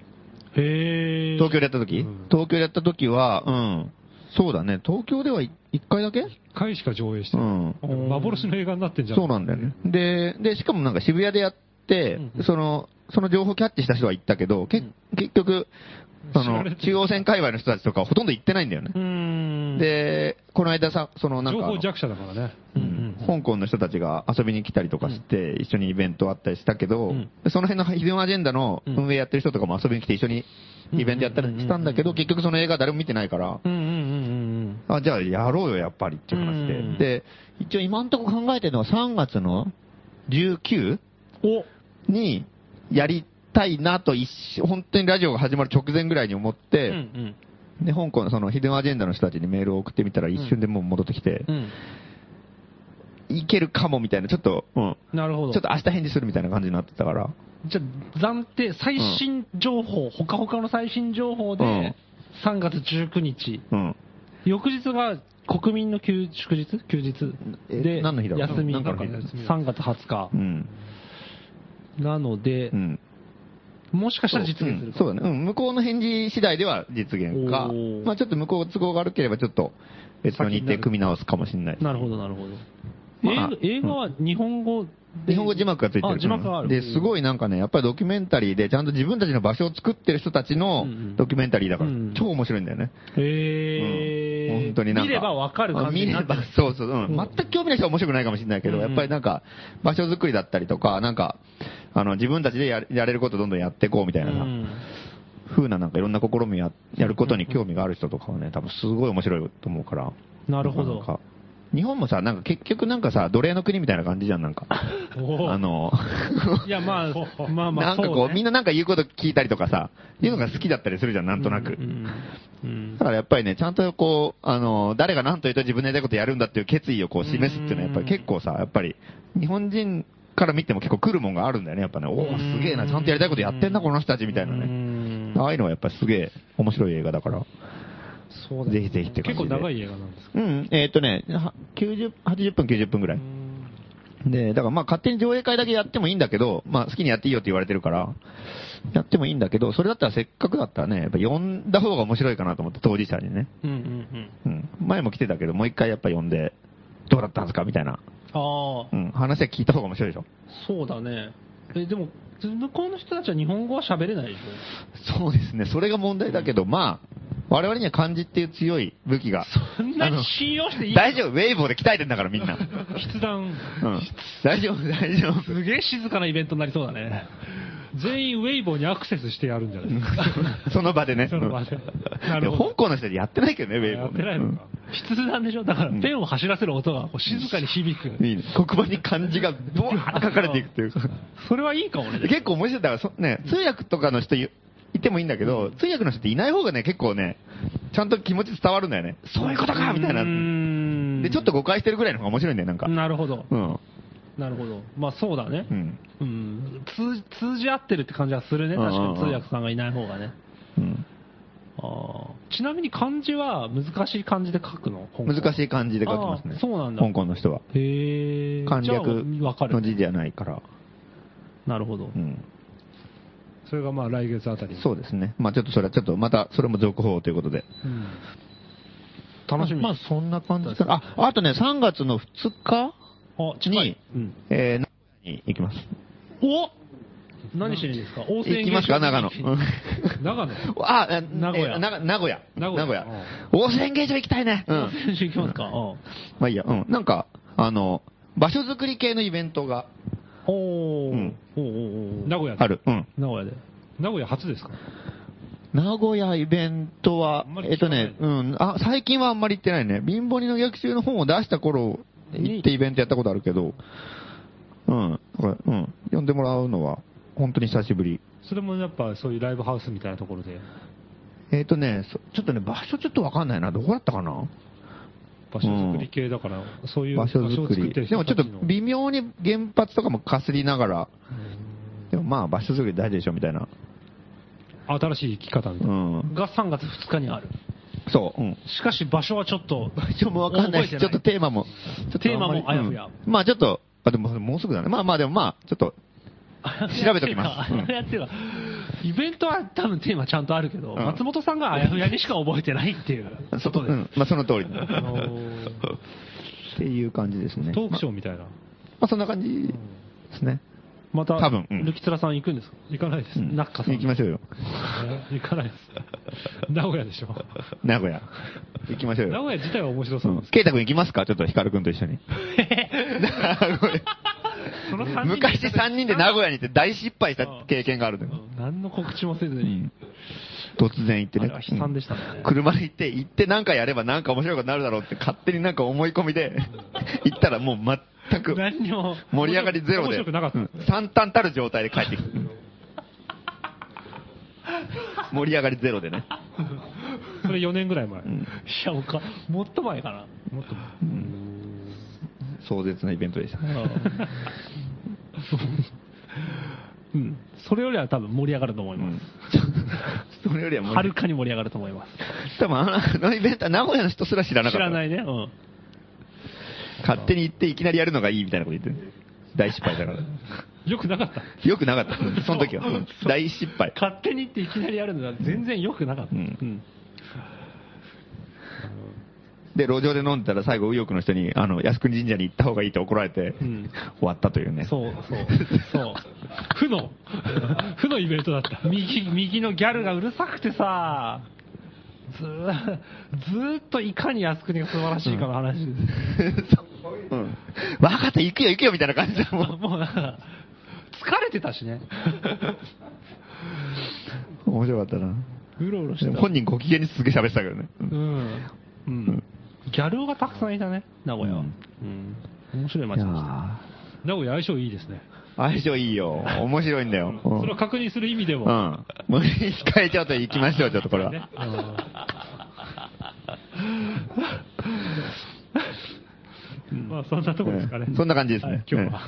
Speaker 2: へ
Speaker 3: 東京でやった時
Speaker 1: うん
Speaker 3: 東京でやった時は、うん。そうだね。東京では1回だけ
Speaker 1: 1回しか上映して
Speaker 3: う
Speaker 1: ない。
Speaker 3: ん。
Speaker 1: 幻の映画になってんじゃん。
Speaker 3: そうなんだよね。で、で、しかもなんか渋谷でやって、その、その情報キャッチした人は行ったけど、け結局、そ
Speaker 1: 知ら
Speaker 3: の
Speaker 1: れ、てる
Speaker 3: 中央線界隈の人たちとかはほとんど行ってないんだよね
Speaker 2: う。んで、
Speaker 3: で、この間さ、そのなん
Speaker 1: 情
Speaker 3: かあ
Speaker 1: 報
Speaker 3: の、
Speaker 1: 弱者だからね。
Speaker 3: うん香港の人たちが遊びに来たりとかして、一緒にイベントあったりしたけど、
Speaker 2: ん
Speaker 3: その辺のヒデンアジェンダの運営やってる人とかも遊びに来て一緒にイベントやったりしたんだけど、結局その映画誰も見てないから、
Speaker 2: うんうんうん
Speaker 3: あ、じゃあやろうよ、やっぱりっていう話で。
Speaker 2: うん
Speaker 3: で、一応今んとこ考えてるのは3月の 19?
Speaker 2: うん。お
Speaker 3: にやりたいなと一瞬、本当にラジオが始まる直前ぐらいに思って、
Speaker 2: うん
Speaker 3: で、香港のそのヒデンアジェンダの人たちにメールを送ってみたら一瞬でもう戻ってきて
Speaker 2: う、ん。
Speaker 3: いけるかもみたいな、ちょっと、うん。
Speaker 2: うん。なるほど。
Speaker 3: ちょっと明日返事するみたいな感じになってたから。
Speaker 2: じゃあ暫定、最新情報、ほかほかの最新情報で、
Speaker 3: うん
Speaker 2: 3月19日、
Speaker 3: うん。
Speaker 2: 翌日が国民の休祝日休日
Speaker 3: え
Speaker 2: で、
Speaker 3: 何の日だろう
Speaker 2: 休み
Speaker 3: なんかの日だ
Speaker 2: 3月20日
Speaker 3: う。ん。
Speaker 2: なので
Speaker 3: う、ん。
Speaker 2: もしかしたら実現するか
Speaker 3: そううんそうだね。うん。向こうの返事次第では実現か
Speaker 2: おー、
Speaker 3: まあちょっと向こう都合が悪ければちょっと別の日程組み直すかもしれない。
Speaker 2: なるほど、なるほど。
Speaker 3: まあ
Speaker 2: 映画映画は日本語で
Speaker 3: 日本語字幕がついてる。
Speaker 2: あ字幕がある。
Speaker 3: で、すごいなんかね、やっぱりドキュメンタリーで、ちゃんと自分たちの場所を作ってる人たちの
Speaker 2: うんうん
Speaker 3: ドキュメンタリーだから
Speaker 2: うん、
Speaker 3: 超面白いんだよね。
Speaker 2: へ
Speaker 3: う
Speaker 2: ー
Speaker 3: ん本当になんか。
Speaker 2: 見ればわかる感じになって
Speaker 3: あ見れば、そうそう、うん。全く興味ない人は面白くないかもしれないけど、
Speaker 2: うんうん
Speaker 3: やっぱりなんか、場所づくりだったりとか、なんか、あの、自分たちでややれることをどんどんやっていこうみたいなさ、風ななんかいろんな試みややることに興味がある人とかはね、多分すごい面白いと思うから。
Speaker 2: なるほ
Speaker 3: ん
Speaker 2: ど。
Speaker 3: か日本もさ、なんか結局なんかさ、奴隷の国みたいな感じじゃん、なんか。あの、
Speaker 2: いや、ま あ、まあま
Speaker 3: な
Speaker 2: あ、
Speaker 3: んか
Speaker 2: そ
Speaker 3: こ
Speaker 2: う
Speaker 3: う、みん
Speaker 2: ね。
Speaker 3: ななんか言うこと聞いたりとかさ、いうのが好きだったりするじゃん、なんとなく。
Speaker 2: うん
Speaker 3: だからやっぱりね、ちゃんとこう、あの、誰が何と言うと自分のやりたいことやるんだっていう決意をこう示すっていうのはやっぱり結構さ、やっぱり日本人から見ても結構来るもんがあるんだよね、やっぱね。おお、すげえな、ちゃんとやりたいことやってんな、この人たちみたいな
Speaker 2: う
Speaker 3: ね。
Speaker 2: ん
Speaker 3: ああいうのはやっぱりすげえ面白い映画だから、
Speaker 2: そうだ
Speaker 3: ぜ
Speaker 2: ね
Speaker 3: ひぜひって感
Speaker 1: 結
Speaker 3: じ
Speaker 1: 構
Speaker 3: で。
Speaker 1: 長い映画なんですか
Speaker 3: うん、えーっとね、は90 80分、90分ぐらい。で、だからまあ勝手に上映会だけやってもいいんだけど、まあ好きにやっていいよって言われてるから、やってもいいんだけど、それだったらせっかくだったらね、やっぱ呼んだ方が面白いかなと思って、当事者にね。
Speaker 2: うんうんうん。
Speaker 3: うん。前も来てたけど、もう一回やっぱ呼んで、どうだったんですかみたいな。
Speaker 2: あ
Speaker 3: う
Speaker 2: あ、
Speaker 3: ん。話は聞いた方が面白いでしょ。
Speaker 2: そうだね。え、でも、向こうの人たちは日本語は喋れないでしょ
Speaker 3: そうですね。それが問題だけど、まあ、我々には漢字っていう強い武器が。
Speaker 2: そんな
Speaker 3: あの
Speaker 2: に信用していい
Speaker 3: 大丈夫、ウェイボーで鍛えてんだからみんな。う
Speaker 1: 筆談、
Speaker 3: ん。大丈夫、大丈 夫。
Speaker 2: すげえ静かなイベントになりそうだね。
Speaker 1: 全員ウェイボーにアクセスしてやるんじゃないですか。
Speaker 3: その場でね。
Speaker 1: その場で
Speaker 3: うん
Speaker 1: なるほど
Speaker 3: いや香港の人たちやってないけどね、ウェイボー、ね。
Speaker 1: やってないのか。
Speaker 2: 筆談でしょだから、ペンを走らせる音がこう静かに響く。
Speaker 3: うんいいね。黒板に漢字がドワーッと書かれていくっていうか。
Speaker 2: それはいいかもね。
Speaker 3: 結構面白い。だからそ、ね、通訳とかの人いいてもいいんだけど、通訳の人っていない方がね、結構ね、ちゃんと気持ち伝わるんだよね。そういうことかみたいな。
Speaker 2: な
Speaker 3: で、ちょっと誤解してるぐらいの方が面白いんだよ、なんか。
Speaker 2: なるほど。
Speaker 3: うん。
Speaker 2: なるほど。まあそうだね
Speaker 3: う。ん。
Speaker 2: うん。通通じ合ってるって感じはするね。
Speaker 3: うんうん
Speaker 2: 確
Speaker 3: う
Speaker 2: か
Speaker 3: ん
Speaker 2: に通訳さんがいない方がね。
Speaker 3: うん
Speaker 2: あーちなみに漢字は難しい漢字で書くの
Speaker 3: 難
Speaker 2: い。
Speaker 3: しい漢字で書きますね
Speaker 2: あ。そうなんだ
Speaker 3: 香港の人は。
Speaker 2: へー
Speaker 3: 簡
Speaker 2: じゃあ
Speaker 3: 略
Speaker 2: わか
Speaker 3: の
Speaker 2: る。
Speaker 3: 字じゃないから。
Speaker 2: なるほど
Speaker 3: う。ん。
Speaker 1: それがまあ来月あたりに
Speaker 3: そうですね。まあちょっとそれはちょっと、また、それも続報ということで。
Speaker 1: うん
Speaker 2: 楽しみ。
Speaker 3: まあそんな感じかな。あ、あとね、3月の2日
Speaker 2: あ、近
Speaker 3: に
Speaker 2: い。、うん
Speaker 3: えー、名古屋に行きます。
Speaker 2: お何しにですか大
Speaker 3: 行きますか、長野。うん
Speaker 1: 長野。
Speaker 3: あ、え
Speaker 2: 名古屋
Speaker 3: えな名古屋。
Speaker 1: 名古屋
Speaker 3: 温泉芸場行きたいね。うん。
Speaker 2: 選 手行きますかうん
Speaker 3: まあいいや、うん。なんか、あの、場所づくり系のイベントが
Speaker 2: おー
Speaker 3: うん
Speaker 2: おーおーおー
Speaker 1: 名古屋で
Speaker 3: ある。うん。
Speaker 2: 名古屋で。
Speaker 1: 名古屋初ですか
Speaker 3: 名古屋イベントは
Speaker 1: あんま、り
Speaker 3: えっ
Speaker 1: 聞か
Speaker 3: と
Speaker 1: ない
Speaker 3: ね、うん。あ、最近はあんまり行ってないね。貧乏人の逆襲の本を出した頃、行ってイベントやったことあるけど、うん。だからうん。呼んでもらうのは、本当に久しぶり。
Speaker 1: それもやっぱそういうライブハウスみたいなところで、
Speaker 3: えっ、とね、そちょっとね、場所ちょっとわかんないな。どこだったかな
Speaker 1: 場所作り系だから、そういう
Speaker 3: 場
Speaker 1: 場所
Speaker 3: 所づ
Speaker 1: を
Speaker 3: く
Speaker 1: 作
Speaker 3: り。
Speaker 1: ってる
Speaker 3: で
Speaker 1: 人
Speaker 3: もちょ
Speaker 1: た
Speaker 3: っ
Speaker 1: ちの
Speaker 3: と微妙に原発とかもかすりながら、でもまあ場所作り大事でしょみたいな。
Speaker 1: 新しい生き方みた
Speaker 3: う
Speaker 1: いな。
Speaker 3: ん。
Speaker 2: が3月2日にある。
Speaker 3: そう。うん。
Speaker 2: しかし場所はちょっと、
Speaker 3: ちょもわかんないし、ち
Speaker 2: 覚
Speaker 3: ょ
Speaker 2: え
Speaker 3: ってと
Speaker 2: な
Speaker 3: テーマも。ちょっと
Speaker 2: テーマもあやふや
Speaker 3: んまあちょっと、あ、でももうすぐだね。まあまあでもまあ、ちょっと、
Speaker 2: い
Speaker 3: 調べとき ます。う
Speaker 2: あ
Speaker 3: ん
Speaker 2: やふやっていうかイベントは多分テーマちゃんとあるけど、
Speaker 3: ん
Speaker 2: 松本さんがあやふやにしか覚えてないっていうことです。
Speaker 3: うんまあ その通り。
Speaker 2: あの
Speaker 3: っ
Speaker 2: ー
Speaker 3: ていう感じですね。
Speaker 1: トークショーみたいな。
Speaker 3: まあそんな感じですね。
Speaker 2: また、
Speaker 3: 多分うん
Speaker 2: ルキツラさん行くんですか
Speaker 1: 行かないです。
Speaker 3: うん
Speaker 2: ナッカさん
Speaker 3: 行きましょうよ。
Speaker 1: え 行かないです。名古屋で しょ。
Speaker 3: 名古屋。行きましょう
Speaker 1: 名
Speaker 3: よ。
Speaker 1: 古屋自体は面白
Speaker 3: う
Speaker 1: そうなん
Speaker 3: ん
Speaker 1: です。
Speaker 3: ケイタ君行きますかちょっとヒカル君と一緒に。
Speaker 2: その三人で
Speaker 3: 昔3人で名古屋に行って大失敗した経験があるのよ。
Speaker 2: 何の告知もせず
Speaker 3: う
Speaker 2: に、
Speaker 3: ん突然行って
Speaker 2: あ
Speaker 3: ね。
Speaker 2: れは悲惨でしたね。
Speaker 3: うん車で行って、行ってなんかやればなんか面白いことになるだろうって勝手になんか思い込みで、行ったらもう全く
Speaker 2: 何にも、
Speaker 3: 盛り上がりゼロで、
Speaker 1: 面白くなかった
Speaker 3: うん惨憺たる状態で帰ってきて。盛り上がりゼロでね。
Speaker 1: それ4年ぐらい前。
Speaker 3: うん
Speaker 2: いや、もうか、もっと前かな。
Speaker 1: もっと
Speaker 3: 壮絶なイベントでした。
Speaker 2: うん。それよりは多分盛り上がると思います。
Speaker 3: それよりはもう
Speaker 2: はるかに盛り上がると思います。
Speaker 3: 多分あのイベントは名古屋の人すら知らなか
Speaker 2: 知
Speaker 3: った。
Speaker 2: らないね。うん。
Speaker 3: 勝手に行っていきなりやるのがいいみたいなこと言ってる大失敗だから。
Speaker 2: よくなかった。
Speaker 3: よくなかった。その時は。うん大失敗。
Speaker 2: 勝手にっていきなりやるのは全然良くなかった。
Speaker 3: うん
Speaker 2: うん
Speaker 3: で、路上で飲んでたら最後、右翼の人に、あの、靖国神社に行った方がいいって怒られて、
Speaker 2: うん
Speaker 3: 終わったというね。
Speaker 2: そう、そう、そう。
Speaker 1: 負 の、負のイベントだった。
Speaker 2: 右、右のギャルがうるさくてさ、ずーずーっといかに靖国が素晴らしいかの話です。
Speaker 3: うん。わかった、行くよ、行くよ、みたいな感じで、も
Speaker 2: もうなんか、疲れてたしね。
Speaker 3: う。面白かったな。
Speaker 2: うろうろし
Speaker 3: で
Speaker 2: て
Speaker 3: も
Speaker 2: た。
Speaker 3: 本人ご機嫌にすげえ喋ってたけどね。うん
Speaker 2: うん。うん。ギャル男がたくさんいたね、名古屋は。うん。面白い街でしたね。
Speaker 1: 名古屋相性いいですね。
Speaker 3: 相性いいよ。面白いんだよ。うん
Speaker 1: それを確認する意味で
Speaker 3: う
Speaker 1: も。
Speaker 3: ん。もう控えちゃうと行きましょう、ちょっとこれは。
Speaker 1: うんまあそんなとこですかね。
Speaker 3: うんそんな感じですね
Speaker 1: はい今日は。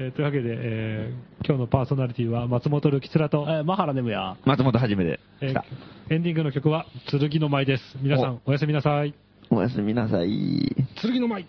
Speaker 1: えーというわけで、えー今日のパーソナリティは松本るきつらと、
Speaker 2: えーマハラネムヤ。
Speaker 3: 松本はじめで
Speaker 1: え
Speaker 3: し
Speaker 1: ー
Speaker 3: た。
Speaker 1: エンディングの曲は剣の舞です。皆さんおやすみなさい。
Speaker 3: おやすみなさい。
Speaker 1: 剣の舞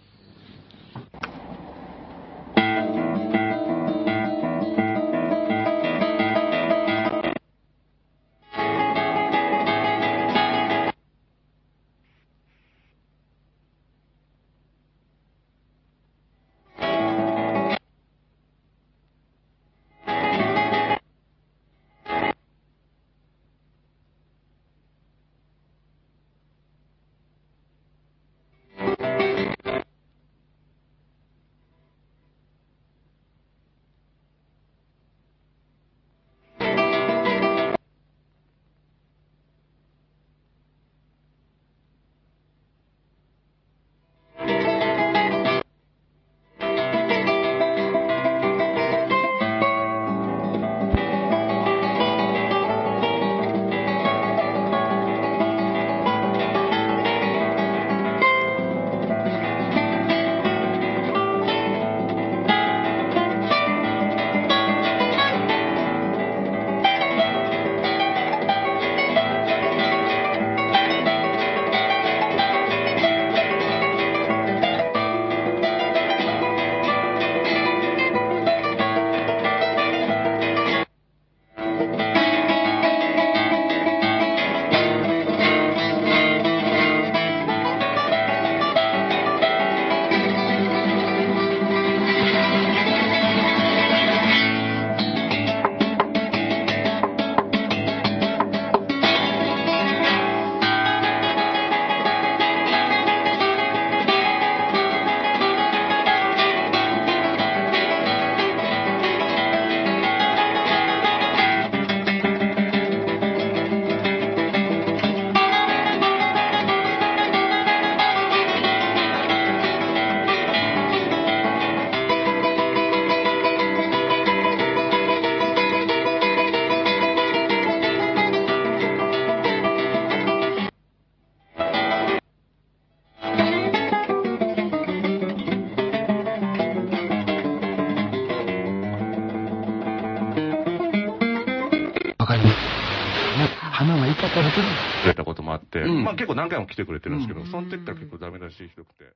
Speaker 2: まあまあ、一発は
Speaker 5: くれたこともあって、
Speaker 6: うん
Speaker 5: まあ結構何回も来てくれてるんですけど、
Speaker 6: うん
Speaker 5: その時から結構ダメ出しひどくて。